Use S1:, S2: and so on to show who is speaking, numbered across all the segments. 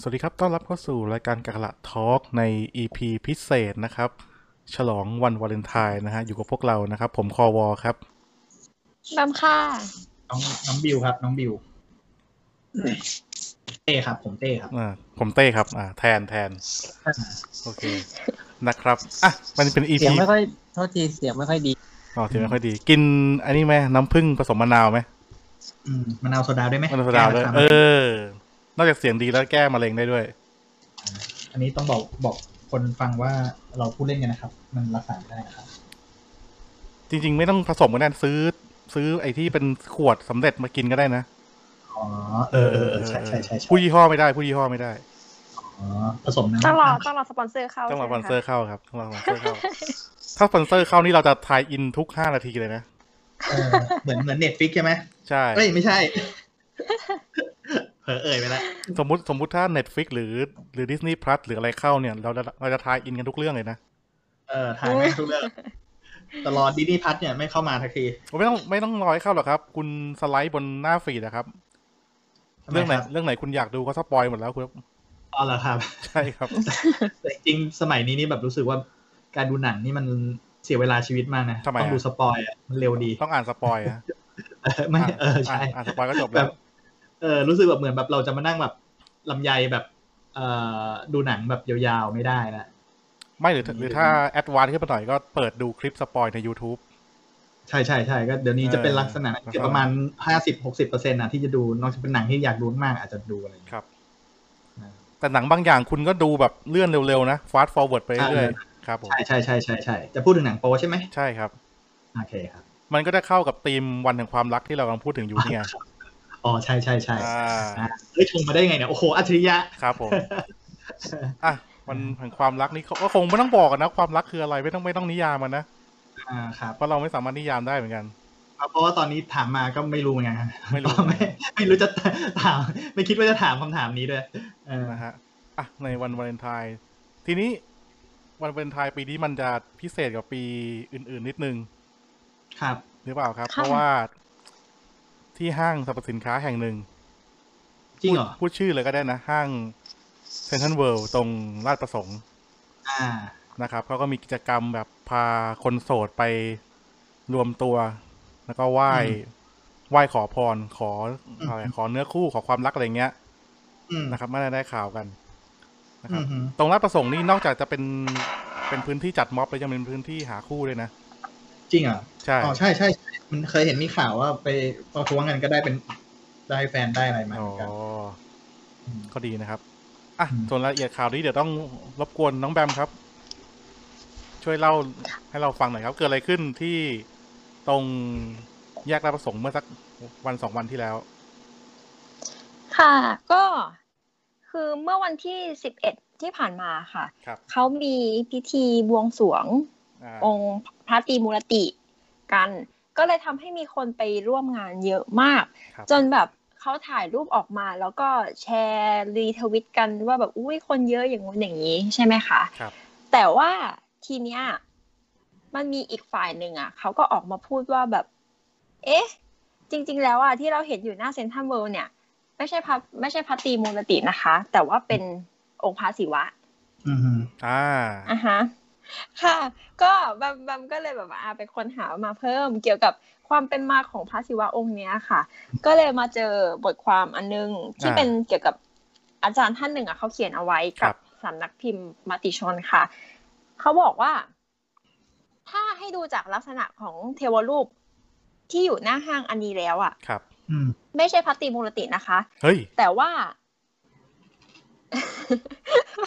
S1: สวัสดีครับ ต้อนรับเข้าสู่รายการกะละทอล์กใน EP พิเศษนะครับ ฉลองวันวาเลนไทน์นะฮะ อยู่กับพวกเรานะครับ ผมคอวอครับ
S2: น้ำค่ะ
S3: น้องน้องบิวครับน้องบิวเต้ครับ ผมเต้ครับ
S1: อ่า ผมเต้ครับ อ่า แทนแทน โอเค นะครับ อ่ะ มันเป็น EP
S4: เสียงไม่ค่อยโทษทีเสียงไม่ค่อยดี
S1: อ๋อเสียงไม่ค่อยดี กินอันนี้ไหมน้ำผึ้งผสมมะนาวไหม
S3: อืมมะนาวโซดาด้วยไหม
S1: มะนาวโซดาด้วย
S3: แก้
S1: เอ
S3: รักษามะ
S1: อ นอกจากเสียงดีแล้วแก้มะเร็งได้ด้วย
S3: อันนี้ต้องบอกบอกคนฟังว่าเราพูดเล่นกันนะครับ มันรักษาไม่ได้นะครับ
S1: จริง ๆ ไม่ต้องผสมก็ได้ซื้อ ซื้อไอ้ที่เป็นขวดสำเร็จมากินก็ได้นะ
S3: อ๋อเออเออเออใช่ใช่ใช่ใช่
S1: ผู้ยี่ห้อไม่ได้ผู้ยี่ห้อไม่ได้
S3: อ๋อผสมน้ำ
S2: ต้องรอต้องรอสปอนเซอร์เข้า
S1: ต้องรอสปอนเซอร์
S2: ใช่ไหม
S1: เข้าครับต้องรอสปอนเซอร์เข้า ถ้าสปอนเซอร์เข้านี่เราจะทายอินทุกห้านาทีเลยนะ
S3: เออเหมือนเหมือนเน็ตฟิกใช่ไหม
S1: ใช่
S3: เอ้ยไม่ใช่ เผลอเอ่ยไปละ
S1: สมมติสมมติถ้า Netflix หรือหรือ Disney Plus หรืออะไรเข้าเนี่ย เราจะเราจะทายอินกันทุกเรื่องเลยนะ
S3: เออถ่ายแม่งทุกเรื่องตลอดดินี่พัทเนี่ยไม่เข้ามาทักที
S1: โอ้ไม่ต้องไม่ต้องรอให้เข้าหรอกครับ คุณสไลด์บนหน้าฟีดนะครับ
S3: ทำม
S1: เรื่องไหน
S3: คบ
S1: เรื่องไหนคุณอยากดูก็สปอยหมดแล้วคุณ
S3: อ๋อเหรอครับ
S1: ใช่ครับ
S3: แต่จริงๆสมัยนี้นี่แบบรู้สึกว่าการดูหนังนี่มันเสียเวลาชีวิตมากนะ
S1: ทำไมอะ
S3: ต้องดูสปอยอะมันเร็วดี
S1: ต้องอ่านสปอยนะ
S3: เออไม่
S1: อ่าน
S3: เออใช่
S1: อ่านอ่านสปอยก็จบ
S3: แบ
S1: แล้ว
S3: บเออรู้สึกแบบเหมือนแบบเราจะมานั่งแบบลำไยแบบเอ่อดูหนังแบบยาวๆไม่ได้นะ
S1: ไม่หรือหรือถ้าแอดวานซ์ขึ้นไปหน่อยก็เปิดดูคลิปสปอยใน YouTube
S3: ใช่ใช่ใช่ก็เดี๋ยวนี้จะเป็นลักษณะ
S1: เออ
S3: เกือบประมาณห้าสิบหกสิบเปอร์เซ็นต์นะที่จะดูนอกจากเป็นหนังที่อยากดูมากๆอาจจะดูอะไรอย่างเงี้ย
S1: ครับ แต่หนังบางอย่างคุณก็ดูแบบเลื่อนเร็วๆนะฟาสต์ฟอร์เวิร์ดไปเรื่อยๆค
S3: ใช่
S1: รับผม
S3: ใช่ใช่ใช่ใช่ใช่จะพูดถึงหนังโป๊ใช่ไหม
S1: ใช่ครับ
S3: โอเคครับ
S1: มันก็จะเข้ากับธีมวันแห่งความรักที่เรากำลังพูดถึงอยู่เนี่ย
S3: อ๋อใช่ใช่ใช่
S1: อ่า
S3: อ่ะเฮ้ยชงมาได้ไงเนี่ยโอ้โหอัจฉริยะ
S1: ครับผมอ่ะวันแห่งความรักนี้เขาก็คงไม่ต้องบอกกันนะ ความรักคืออะไรไม่ต้องไม่ต้องนิยามมันนะ
S3: อ่าครับ
S1: เพราะเราไม่สามารถนิยามได้เหมือนกัน
S3: ครับเพราะว่าตอนนี้ถามมาก็ไม่รู้ไงฮะ
S1: ไม่รู้
S3: ไม่ไม่รู้จะถาม ไม่คิดว่าจะถามคำถามนี้ด้วยเออ
S1: นะฮะอ่ะในวันวาเลนไทน์ทีนี้วันวาเลนไทน์ปีนี้มันจะพิเศษกว่าปีอื่น ๆ นิดนึง
S3: ครับ
S1: หรือเปล่าครับ เพราะว่าที่ห้างสรรพสินค้าแห่งหนึ่ง
S3: จริงเหรอ
S1: พูดชื่อเลยก็ได้นะห้างเซนทรัลเวิลด์ตรงลาดประสงค์
S3: อ่า
S1: นะครับเขาก็มีกิจกรรมแบบพาคนโสดไปรวมตัว แล้วก็ไหว้
S3: อืม
S1: ไหว้ขอพรขอ
S3: อืม
S1: อะไรขอเนื้อคู่ขอความรักอะไรเงี้ย
S3: อืม
S1: นะครับไม่ได้ได้ข่าวกันนะค
S3: อื
S1: รับ
S3: มฮึ
S1: ตรงราชประสงค์นี่นอกจากจะเป็นเป็นพื้นที่จัดม็อบแล้วยังเป็นพื้นที่หาคู่ด้วยนะ
S3: จริงเหรอ
S1: ใช่
S3: อ๋อใช่ใช่ใช่มันเคยเห็นมีข่าวว่าไปประท้วงกันก็ได้เป็นได้แฟนได้อะไรมาเห
S1: อ๋อ
S3: มือนกันม
S1: ก็ดีนะครับอ่ะ
S3: อืม
S1: ส่วนรายละเอียดข่าวนี้เดี๋ยวต้องรบกวนน้องแบมครับ ช่วยเล่าให้เราฟังหน่อยครับ เกิดอะไรขึ้นที่ตรงแยกราชประสงค์เมื่อสักวันสองวันที่แล้ว
S2: ค่ะ ก็คือเมื่อวันที่สิบเอ็ดที่ผ่านมาค่ะ
S1: ครับ
S2: เขามีพิธีบวงสรวง
S1: อา
S2: องค์พระตรีมูรติกัน ก็เลยทำให้มีคนไปร่วมงานเยอะมาก
S1: ครับ
S2: จนแบบเขาถ่ายรูปออกมาแล้วก็แชร์รีทวิตกันว่าแบบอุ้ยคนเยอะอย่างงู้นอย่างนี้ใช่ไหมคะ
S1: ครับ
S2: แต่ว่าทีเนี้ยมันมีอีกฝ่ายหนึ่งอ่ะเขาก็ออกมาพูดว่าแบบ เอ๊ะ จริง ๆ แล้วอ่ะที่เราเห็นอยู่หน้าเซ็นทรัลเวิลด์เนี่ย ไม่ใช่พระไม่ใช่พระตรีมูลตินะคะ แต่ว่าเป็นองค์พระศิวะ
S3: อืมฮึ
S1: อ่า
S2: อ่ะฮะค่ะ ก็บัมบัมก็เลยแบบว่าอ่ะไปค้นหามาเพิ่มเกี่ยวกับความเป็นมาของพระศิวะองค์เนี้ยค่ะ ก็เลยมาเจอบทความอันนึงที่เป็นเกี่ยวกับอาจารย์ท่านหนึ่งอ่ะเขาเขียนเอาไว้กับสำนักพิมพ์มติชนค่ะ เขาบอกว่า ถ้าให้ดูจากลักษณะของเทวรูปที่อยู่หน้าห้างอันนี้แล้วอ่ะ
S1: ครับ
S3: อืม
S2: ไม่ใช่พระตรีมูลตินะคะ
S1: เฮ้ย
S2: แต่ว่า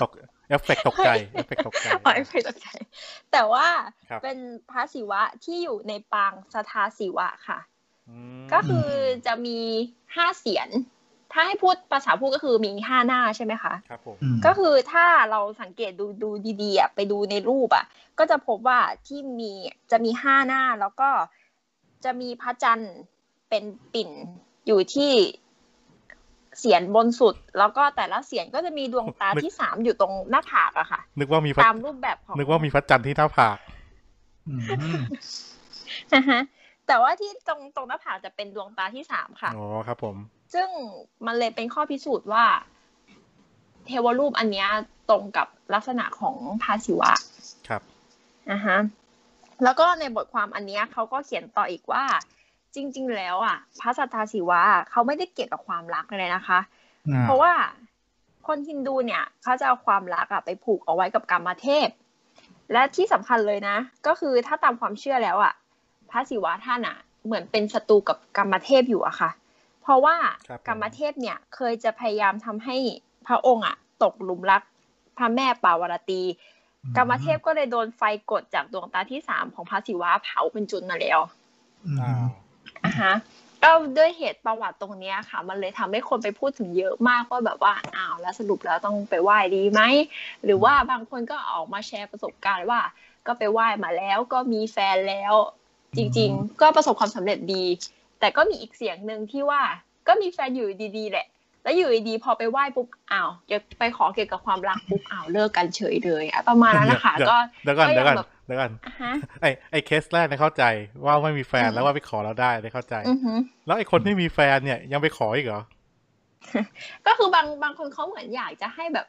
S1: ตกเอฟเฟกตกใจเอฟเฟกตกใจ
S2: อ๋อไม่ตกใจแต่ว่า
S1: ครับ
S2: เป็นพระศิวะที่อยู่ในปางสถาศิวะค่ะ
S1: อืม
S2: ก็คือจะมีห้าเสียน ถ้าให้พูดภาษาพูดก็คือมีห้าหน้าใช่ไหมคะ
S1: ครับผม
S3: อืม
S2: ก็คือถ้าเราสังเกตดูดูดีๆอ่ะไปดูในรูปอ่ะ ก็จะพบว่าที่มีจะมีห้าหน้าแล้วก็จะมีพระจันทร์เป็นปิ่นอยู่ที่เสียนบนสุด แล้วก็แต่ละเสียนก็จะมีดวงตา
S1: นึก
S2: ที่สามอยู่ตรงหน้าผากอะค่ะ
S1: นึกว่ามีพระ
S2: ตามรูปแบบของ
S1: นึกว่ามีพระจันทร์ที่หน้าผาก
S3: ม
S2: อ่าฮะแต่ว่าที่ตรงตรงหน้าผากจะเป็นดวงตาที่สามค่ะ
S1: อ๋อครับผม
S2: ซึ่งมันเลยเป็นข้อพิสูจน์ว่า เทวรูปอันเนี้ยตรงกับลักษณะของพระศิวะ
S1: ครับ
S2: อ่าฮะแล้วก็ในบทความอันเนี้ยเขาก็เขียนต่ออีกว่า จริง ๆ แล้วอ่ะพระสัทธาศิวะเขาไม่ได้เกี่ยวกับความรักเลยนะคะ
S1: อ่า
S2: เพราะว่าคนฮินดูเนี่ยเขาจะเอาความรักอ่ะไปผูกเอาไว้กับกรรมเทพ และที่สำคัญเลยนะ ก็คือถ้าตามความเชื่อแล้วอ่ะพระศิวะท่านอ่ะ เหมือนเป็นศัตรูกับกรรมเทพอยู่อะค่ะ เพราะว่า
S1: ครับผม
S2: กรรมเทพเนี่ยเคยจะพยายามทำให้พระองค์อ่ะ ตกหลุมรักพระแม่ปาวารตี กรรมเทพก็เลยโดนไฟกดจากดวงตาที่สามของพระศิวะเผาเป็นจุนมาแล้ว
S3: อืม
S1: อ้าว
S2: อ่ะฮะก็ด้วยเหตุประวัติตรงเนี้ยค่ะ มันเลยทำให้คนไปพูดถึงเยอะมากว่าแบบว่าอ้าวแล้วสรุปแล้วต้องไปไหว้ดีไหมหรือว่าบางคนก็ออกมาแชร์ประสบการณ์ว่า ก็ไปไหว้มาแล้วก็มีแฟนแล้ว จริง ๆ ก็ประสบความสำเร็จดี แต่ก็มีอีกเสียงหนึ่งที่ว่าก็มีแฟนอยู่ดีๆแหละ แล้วอยู่ดีๆพอไปไหว้ปุ๊บอ้าวจะไปขอเกี่ยวกับความรักปุ๊บอ้าวเลิกกันเฉยเลยอ่ะประมาณนั้น นะคะ
S1: เดี๋ยว
S2: ก็
S1: เดี๋ยวก่อน
S2: ก็
S1: เดี๋ยว
S2: ยัง
S1: ก่อน
S2: แบบ
S1: เดี๋ยวก่อน
S2: อ่ะฮะ
S1: ไอไอเคสแรกเนี่ยเข้าใจว่าไม่มีแฟน
S2: อืม
S1: แล้วว่าไปขอแล้วได้เนี่ยเข้าใจ
S2: อือฮึ
S1: แล้วไอคนที่มีแฟนเนี่ยยังไปขออีกเหรอ
S2: ก็คือบางบางคนเขาเหมือนอยากจะให้แบบ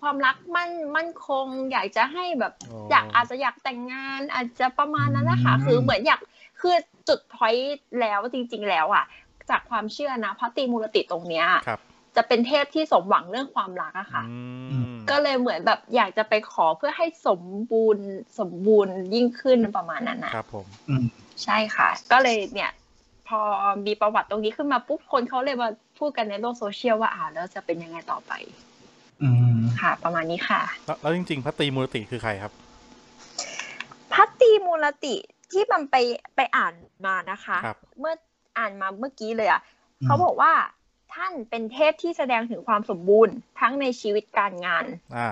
S2: ความรักมั่นมั่นคง อยากจะให้แบบ
S1: อ๋ออ
S2: อยากอาจจะอยากแต่งงาน อาจจะประมาณนั้นนะคะคือเหมือนอยากคือจุดพอยแล้วจริง ๆ แล้วอ่ะ จากความเชื่อนะพระตรีมูรติตรงเนี้ย
S1: ครับ
S2: จะเป็นเทพที่สมหวังเรื่องความรักอะค่ะ
S1: อืม
S2: ก็เลยเหมือนแบบอยากจะไปขอเพื่อให้สมบูรณ์สมบูรณ์ยิ่งขึ้นประมาณนั้นนะ
S1: ครับผม
S3: อืม
S2: ใช่ค่ะ ก็เลยเนี่ย พอมีประวัติตรงนี้ขึ้นมาปุ๊บคนเขาเลยมาพูดกันในโลกโซเชียลว่าอ่าแล้วจะเป็นยังไงต่อไป
S3: อืม
S2: ค่ะ ประมาณนี้ค่ะ
S1: แล้วแล้วจริงๆพระตรีมูรติคือใครครับ
S2: พัตตีมูลติที่มันไปไปอ่านมานะคะ
S1: ครับ
S2: เมื่ออ่านมาเมื่อกี้เลยอ่ะ
S3: อืม
S2: เขาบอกว่าท่านเป็นเทพที่แสดงถึงความสมบูรณ์ทั้งในชีวิตการงาน
S1: อ่า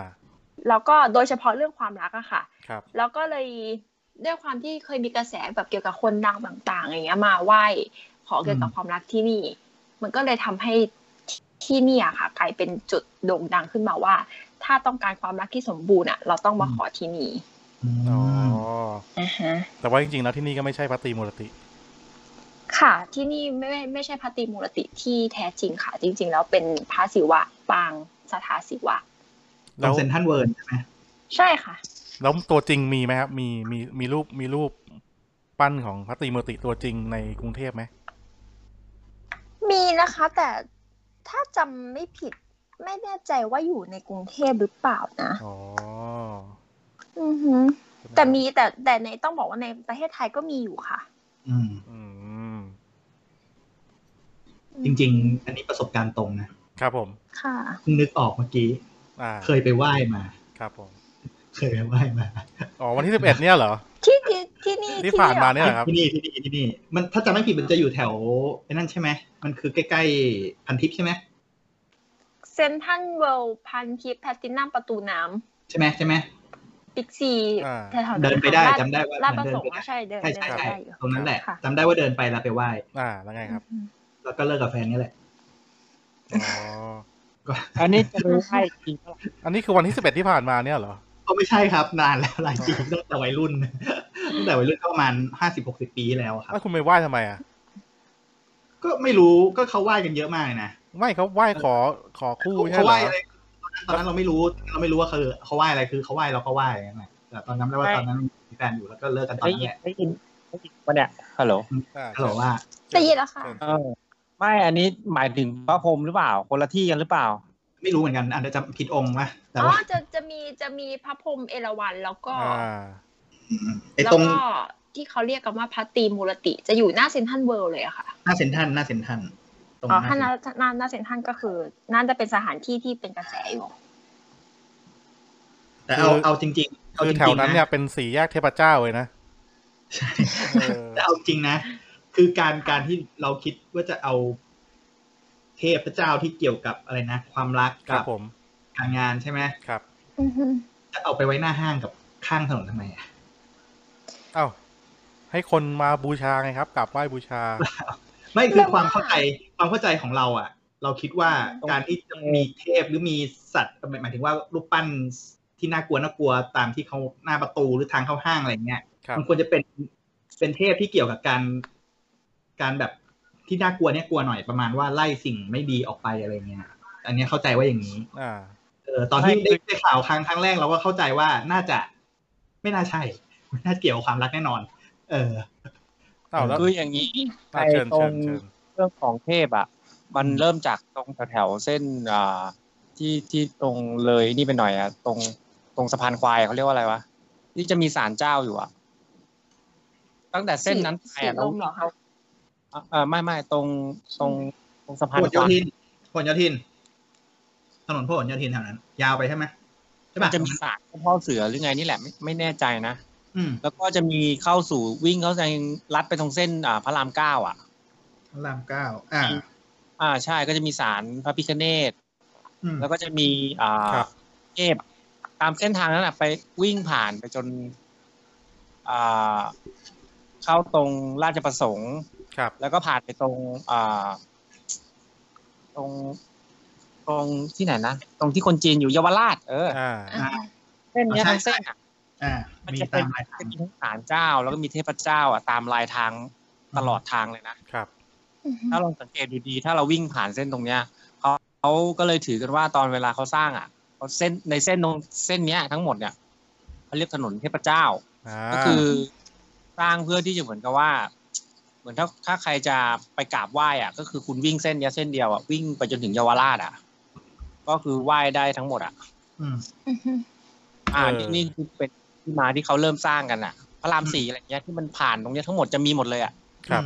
S2: แล้วก็โดยเฉพาะเรื่องความรักอะค่ะ
S1: ครับ
S2: แล้วก็เลยด้วยความที่เคยมีกระแสแบบเกี่ยวกับคนดังต่างๆอย่างเงี้ยมาไหว้ขอเกี่ยวกับความรักที่นี่ มันก็เลยทำให้ที่ที่เนี่ยค่ะ กลายเป็นจุดโด่งดังขึ้นมาว่า ถ้าต้องการความรักที่สมบูรณ์อ่ะ เราต้องมาขอที่นี่
S1: อ๋อ
S2: อ่าฮะ
S1: แต่ว่าจริงๆแล้วที่นี่ก็ไม่ใช่พระตรีมูรติ
S2: ค่ะ ที่นี่ไม่ไม่ไม่ใช่พระตรีมูรติที่แท้จริงค่ะ จริง ๆ แล้วเป็นพระศิวะปางสถาศิวะ
S1: แล้
S3: ตร
S1: ว
S3: งเซนทรันเวิร์นใช่ไหม
S2: ใช่ค่ะ
S1: แล้วตัวจริงมีไหมครับ มีมีมีรูปมีรูปปั้นของพระตรีมูรติตัวจริงในกรุงเทพไหม
S2: มีนะคะแต่ถ้าจำไม่ผิดไม่แน่ใจว่าอยู่ในกรุงเทพหรือเปล่านะ
S1: อ๋อ
S2: อือฮึแต่มีแต่แต่ในต้องบอกว่าในประเทศไทยก็มีอยู่ค่ะ
S3: อืม
S1: อืม
S3: จริง ๆ อันนี้ประสบการณ์ตรงนะครับ
S1: ผม
S2: ๆค่ะ
S3: เพิ่งนึกออกเมื่อกี้
S1: อ่า
S3: เคยไปไหว้มา
S1: ครับผม
S3: เคยไปไหว้มา
S1: อ๋อวันที่สิบเอ็ดเนี่ยเหรอ
S2: ที่ที่ที่นี่
S1: ที่ผ่านมา
S2: เ
S1: เนี่ยเหรอครับ
S3: ที่นี่ที่นี่ที่นี่ มันถ้าจำไม่ผิดมันจะอยู่แถวไอ้นั่นใช่ไหม มันคือใกล้ๆพันทิพย์ใช่ไหม
S2: ซนทันเวลพันทิพแพตินัมประตูน้
S3: ใช่ไหมใช่ไหม
S2: ำปิกซี
S1: อ่า
S2: แถวๆ
S3: เดินไปได้
S2: ค่ะ
S3: จำได้ว่า
S2: ลาด
S3: เห
S2: ป
S3: มื
S2: ระ
S3: อน
S2: ส
S3: เดิน
S2: ง
S3: ไป
S2: ค์ใช่เดิน
S3: ได้
S2: เดิ
S3: ใช่ใช่
S2: น
S3: ใช่
S2: ได้อยู่
S3: ตรงนั้นแหละ
S2: ค่ะ
S3: จำได้ว่าเดินไปแล้วไปไหว้
S1: อ่าแล้วไงครับ
S2: อืม
S3: แล้วก็เลิกกับแฟนนี่แหละ
S1: อ๋อ
S4: อันนี้จะไม่ใช่จริงเปล่า
S1: อันนี้คือวันที่สิบเอ็ดที่ผ่านมาเนี่ยเหรอ
S3: ก็ไม่ใช่ครับนานแล้ว หลายปีตั้งแต่วัยรุ่น ตั้งแต่วัยรุ่นก็ประมาณห้าสิบหกสิบปีแล้วครับ
S1: แล้วคุณไปไหว้ทำไมอ่ะ
S3: ก็ไม่รู้ก็เขาไหว้กันเยอะมากเลยนะ
S1: ไหว้เขาไหว้ขอขอคู่ใช่
S3: เขา
S1: เหร
S3: ไหว้
S1: อ
S3: อะไรตอนนั้นเราไม่รู้เราไม่รู้ว่าคือเขาไหว้อะไรคือเขาไหว้เราก็ไหว้อย่างนั้นแหละแต่ตอนนั้นไม่ว่าตอนนั้นมีแฟนอยู่แล้วก็เลิกกันตอน
S4: ได้
S3: นั้น
S4: ยิ
S3: แห
S4: น
S3: ละ
S4: ได้ยินได้ยินปะเนี่ยฮัลโหล
S1: อ่า
S3: เขาบอกว่า
S2: ได้ยินแล้วค่ะ
S4: เออไม่อันนี้หมายถึงพระพรหมหรือเปล่า คนละที่กันหรือเปล่า
S3: ไม่รู้เหมือนกันอาจจะจำผิดองค์วะแต่
S2: อ๋อ
S3: ว่า
S2: จะจะมีจะมีพระพรหมเอราวัณแล้วก็
S1: อ่า
S3: ไอ้
S2: แล้ว
S3: ตรง
S2: ก็ที่เขาเรียกกันว่าพัตตีมูรติจะอยู่หน้าเซนทันเวิลด์เลยอะค่ะ
S3: หน้าเซนทรันหน้าเซนทรันตรง
S2: อ๋อ
S3: ห
S2: ถ้าห
S3: น้า
S2: น้าหน้าหน้าเซนทรันก็คือน่าจะเป็นสถานที่ที่เป็นกระแสอยู่
S3: แต่เอาเอาจริง ๆ เอา
S1: คือ
S3: จริ
S1: แถว
S3: งๆ
S1: นั้นเนี่
S3: นะ
S1: ยเป็นสี่แยกเทพเจ้าเลยนะ
S3: ใช่
S1: เออ
S3: แต่เอาจริงนะ คือการการที่เราคิดว่าจะเอาเทพเจ้าที่เกี่ยวกับอะไรนะ ความรัก
S1: ครั
S3: กั
S1: บบ ผม
S3: การงานใช่ไหม
S1: ครับ
S2: อือฮึ
S3: จะเอาไปไว้หน้าห้างกับข้างถนนทำไมอะ
S1: เอ้าให้คนมาบูชาไงครับกราบไหว้บู ชา
S3: ไม่คือความเข้าใจความเข้าใจของเราอ่ะ เราคิดว่าการที่จะมีเทพหรือมีสัตว์หมายหมายถึงว่ารูปปั้นที่น่ากลัวน่ากลัวตามที่เขาหน้าประตูหรือทางเข้าห้างอะไรอย่างเงี้ย
S1: ครับ
S3: มันควรจะเป็นเป็นเทพที่เกี่ยวกับการการแบบที่น่ากลัวเนี่ยกลัวหน่อยประมาณว่าไล่สิ่งไม่ดีออกไปอะไรเงี้ย อันเนี้ยเข้าใจว่าอย่างนี้
S1: อ่า
S3: เอ เออตอนที่
S4: ใช่
S3: ได้ได้ข่าวครั้งครั้งแรกเราก็เข้าใจว่าน่าจะไม่น่าใช่ไม่น่าเกี่ยวกับความรักแน่นอน เออ
S1: อ้าวแล้ว
S4: คืออย่างนี้
S1: อ่ะเชิญ
S4: ไอ้ตร
S1: เชิ
S4: ง
S1: ญเชิญ
S4: เรื่องของเทพอ่ะ มันเริ่มจากตรงแถวๆเส้นอ่าที่ที่ตรงเลยนี่ไปหน่อยอ่ะตรงตรงสะพานควายเขาเรียกว่าอะไรวะที่จะมีศาลเจ้าอยู่อ่ะ ตั้งแต่เส้นนั้นไป
S2: สี
S4: อ่ะ
S2: ลมเหรอคะ
S4: อ่ะเออไม่ไม่ตรงตรงตรงสะพาน
S3: พหลโยว
S4: คาย
S3: ธินพหลโยธิน ถนนพหลโยธินแถวนั้น ยาวไปใช่ไหมใช่
S4: มั
S3: ป่ะ
S4: นจะมีศาลเจ้าพ่อเสือหรือไงนี่แหละไม่ไม่แน่ใจนะ
S3: อืม
S4: แล้วก็จะมีเข้าสู่วิ่งเข้าใจลัดไปตรงเส้นอ่าพระรามเก้าอ่ะ
S3: พระรามเก้าอ่า
S4: อ่าใช่ก็จะมีศาลพระพิฆเนศ
S3: อืม
S4: แล้วก็จะมีอ่า
S1: ครับ
S4: เทพตามเส้นทางนั้นอ่ะไปวิ่งผ่านไปจนอ่าเข้าตรงราชประสงค์
S1: ครับ
S4: แล้วก็ผ่านไปตรงอ่าตรงตรงที่ไหนนะตรงที่คนจีนอยู่เยาวราช เออ
S1: อ่า
S3: อ่า
S4: เส้นเนี้ย
S3: ใช่
S4: ทั้งเส้นอ่ะ
S3: อ่า
S4: มัน
S3: มี
S4: จะ
S3: ตา
S4: เป็น
S3: มหลายทาง
S4: จะมีทั้งศาลเจ้า แล้วก็มีเทพเจ้า อ่ะ ตามลายทางตลอดทางเลยนะ
S1: ครับ
S4: ถ้าลองสังเกตดูดี ถ้าเราวิ่งผ่านเส้นตรงเนี้ยเขาเขาก็เลยถือกันว่าตอนเวลาเขาสร้างอ่ะเขาเส้นในเส้นตรงเส้นเนี้ยทั้งหมดเนี่ยเขาเรียกถนนเทพเจ้า
S1: อ่า
S4: ก็คือสร้างเพื่อที่จะเหมือนกับว่า เหมือนถ้าถ้าใครจะไปกราบไหว้อ่ะ ก็คือคุณวิ่งเส้นเนี้ยเส้นเดียวอ่ะวิ่งไปจนถึงเยาวราชอ่ะ ก็คือไหว้ได้ทั้งหมดอ่ะ
S3: อืม
S4: อ่านี่นี่คือเป็นที่มาที่เขาเริ่มสร้างกันอ่ะ พระรามสี่อะไรเงี้ยที่มันผ่านตรงเนี้ยทั้งหมดจะมีหมดเลยอ่ะ
S1: ครับ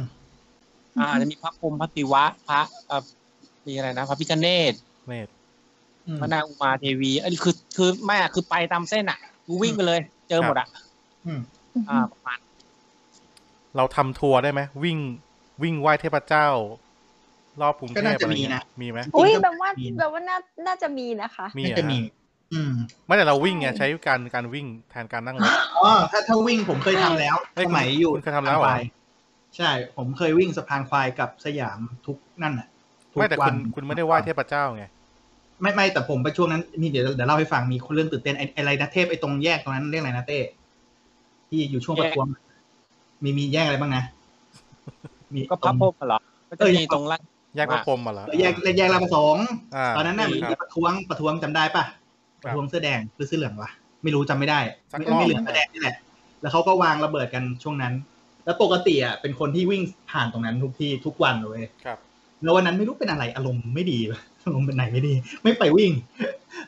S4: อ่าจะมีพระพรหมพระปิวะพระเอ่อมีอะไรนะ พระพิฆเนศ
S1: เนตร
S3: อืม
S4: พระนางอุมาเทวีอันนี้คือคือไม่อะคือไปตามเส้นอ่ะกูวิ่งไปเลย เจอหมดอ่ะ
S3: อืม
S4: อ่าประมาณ
S1: เราทำทัวร์ได้ไหมวิ่งวิ่งไหว้เทพเจ้า รอบกรุงเท
S3: ก็
S1: พ
S3: น่าจะ
S1: อะไร
S3: มี
S1: เงี้
S3: นะ
S1: ยมีไหม
S2: อุ้ย
S3: จริงๆก็
S2: แบบว่า
S3: มี
S2: แบบว่าน่าน่าจะมีนะคะ
S1: มี
S3: น่า
S1: อ่ะ
S3: จะมี อืม
S1: ไม่แต่เราวิ่งไง
S2: ใช่
S1: ใช้การการวิ่งแทนการ นั่งรถ
S3: อ๋อถ้าถ้าวิ่งผมเคยทำแล้ว
S1: เฮ้ย
S3: สมัยอยู่
S1: คุณเคยทำแล้วเหรอ
S3: สะพานควายใช่ ผมเคยวิ่งสะพานควายกับสยามทุกนั่นน่ะทุก
S1: ไม่แต่คุณ
S3: วัน
S1: คุณไม่ได้ไหว้เทพเจ้าไง
S3: ไม่ไม่แต่ผมไปช่วงนั้นนี่เดี๋ยวเดี๋ยวเล่าให้ฟังมีเรื่องตื่นเต้นไอ้ไออะไรนะเทพไอ้ตรงแยกตรงนั้นเรียกอะไรนะเต้ที่อยู่ช่วงประท้วงมีมีแยกอะไรบ้างนะ
S4: ก็พระพรหมเหรอก็จะมีตรงล่าง
S1: แยกพระพรหมมาเหรอ
S3: แยกแยกแยกลาประสงค์
S1: า
S3: ตอนนั้นน่ะ
S4: มี
S3: มี
S4: ครับ
S3: ประท้วงประท้วงจำได้ปะประท้วงเสื้อแดงหรือเสื้อเหลืองวะไม่รู้จำไม่ได้
S1: สักรอบ
S3: ไม่ไม่เหลืองเสื้อแดงนี่แหละแล้วเขาก็วางระเบิดกันช่วงนั้น แล้วปกติอ่ะเป็นคนที่วิ่งผ่านตรงนั้นทุกที่ทุกวันเลย
S1: ครับ
S3: แล้ววันนั้นไม่รู้เป็นอะไรอารมณ์ไม่ดี อารมณ์เป็นไหนไม่ดี ไม่ไปวิ่ง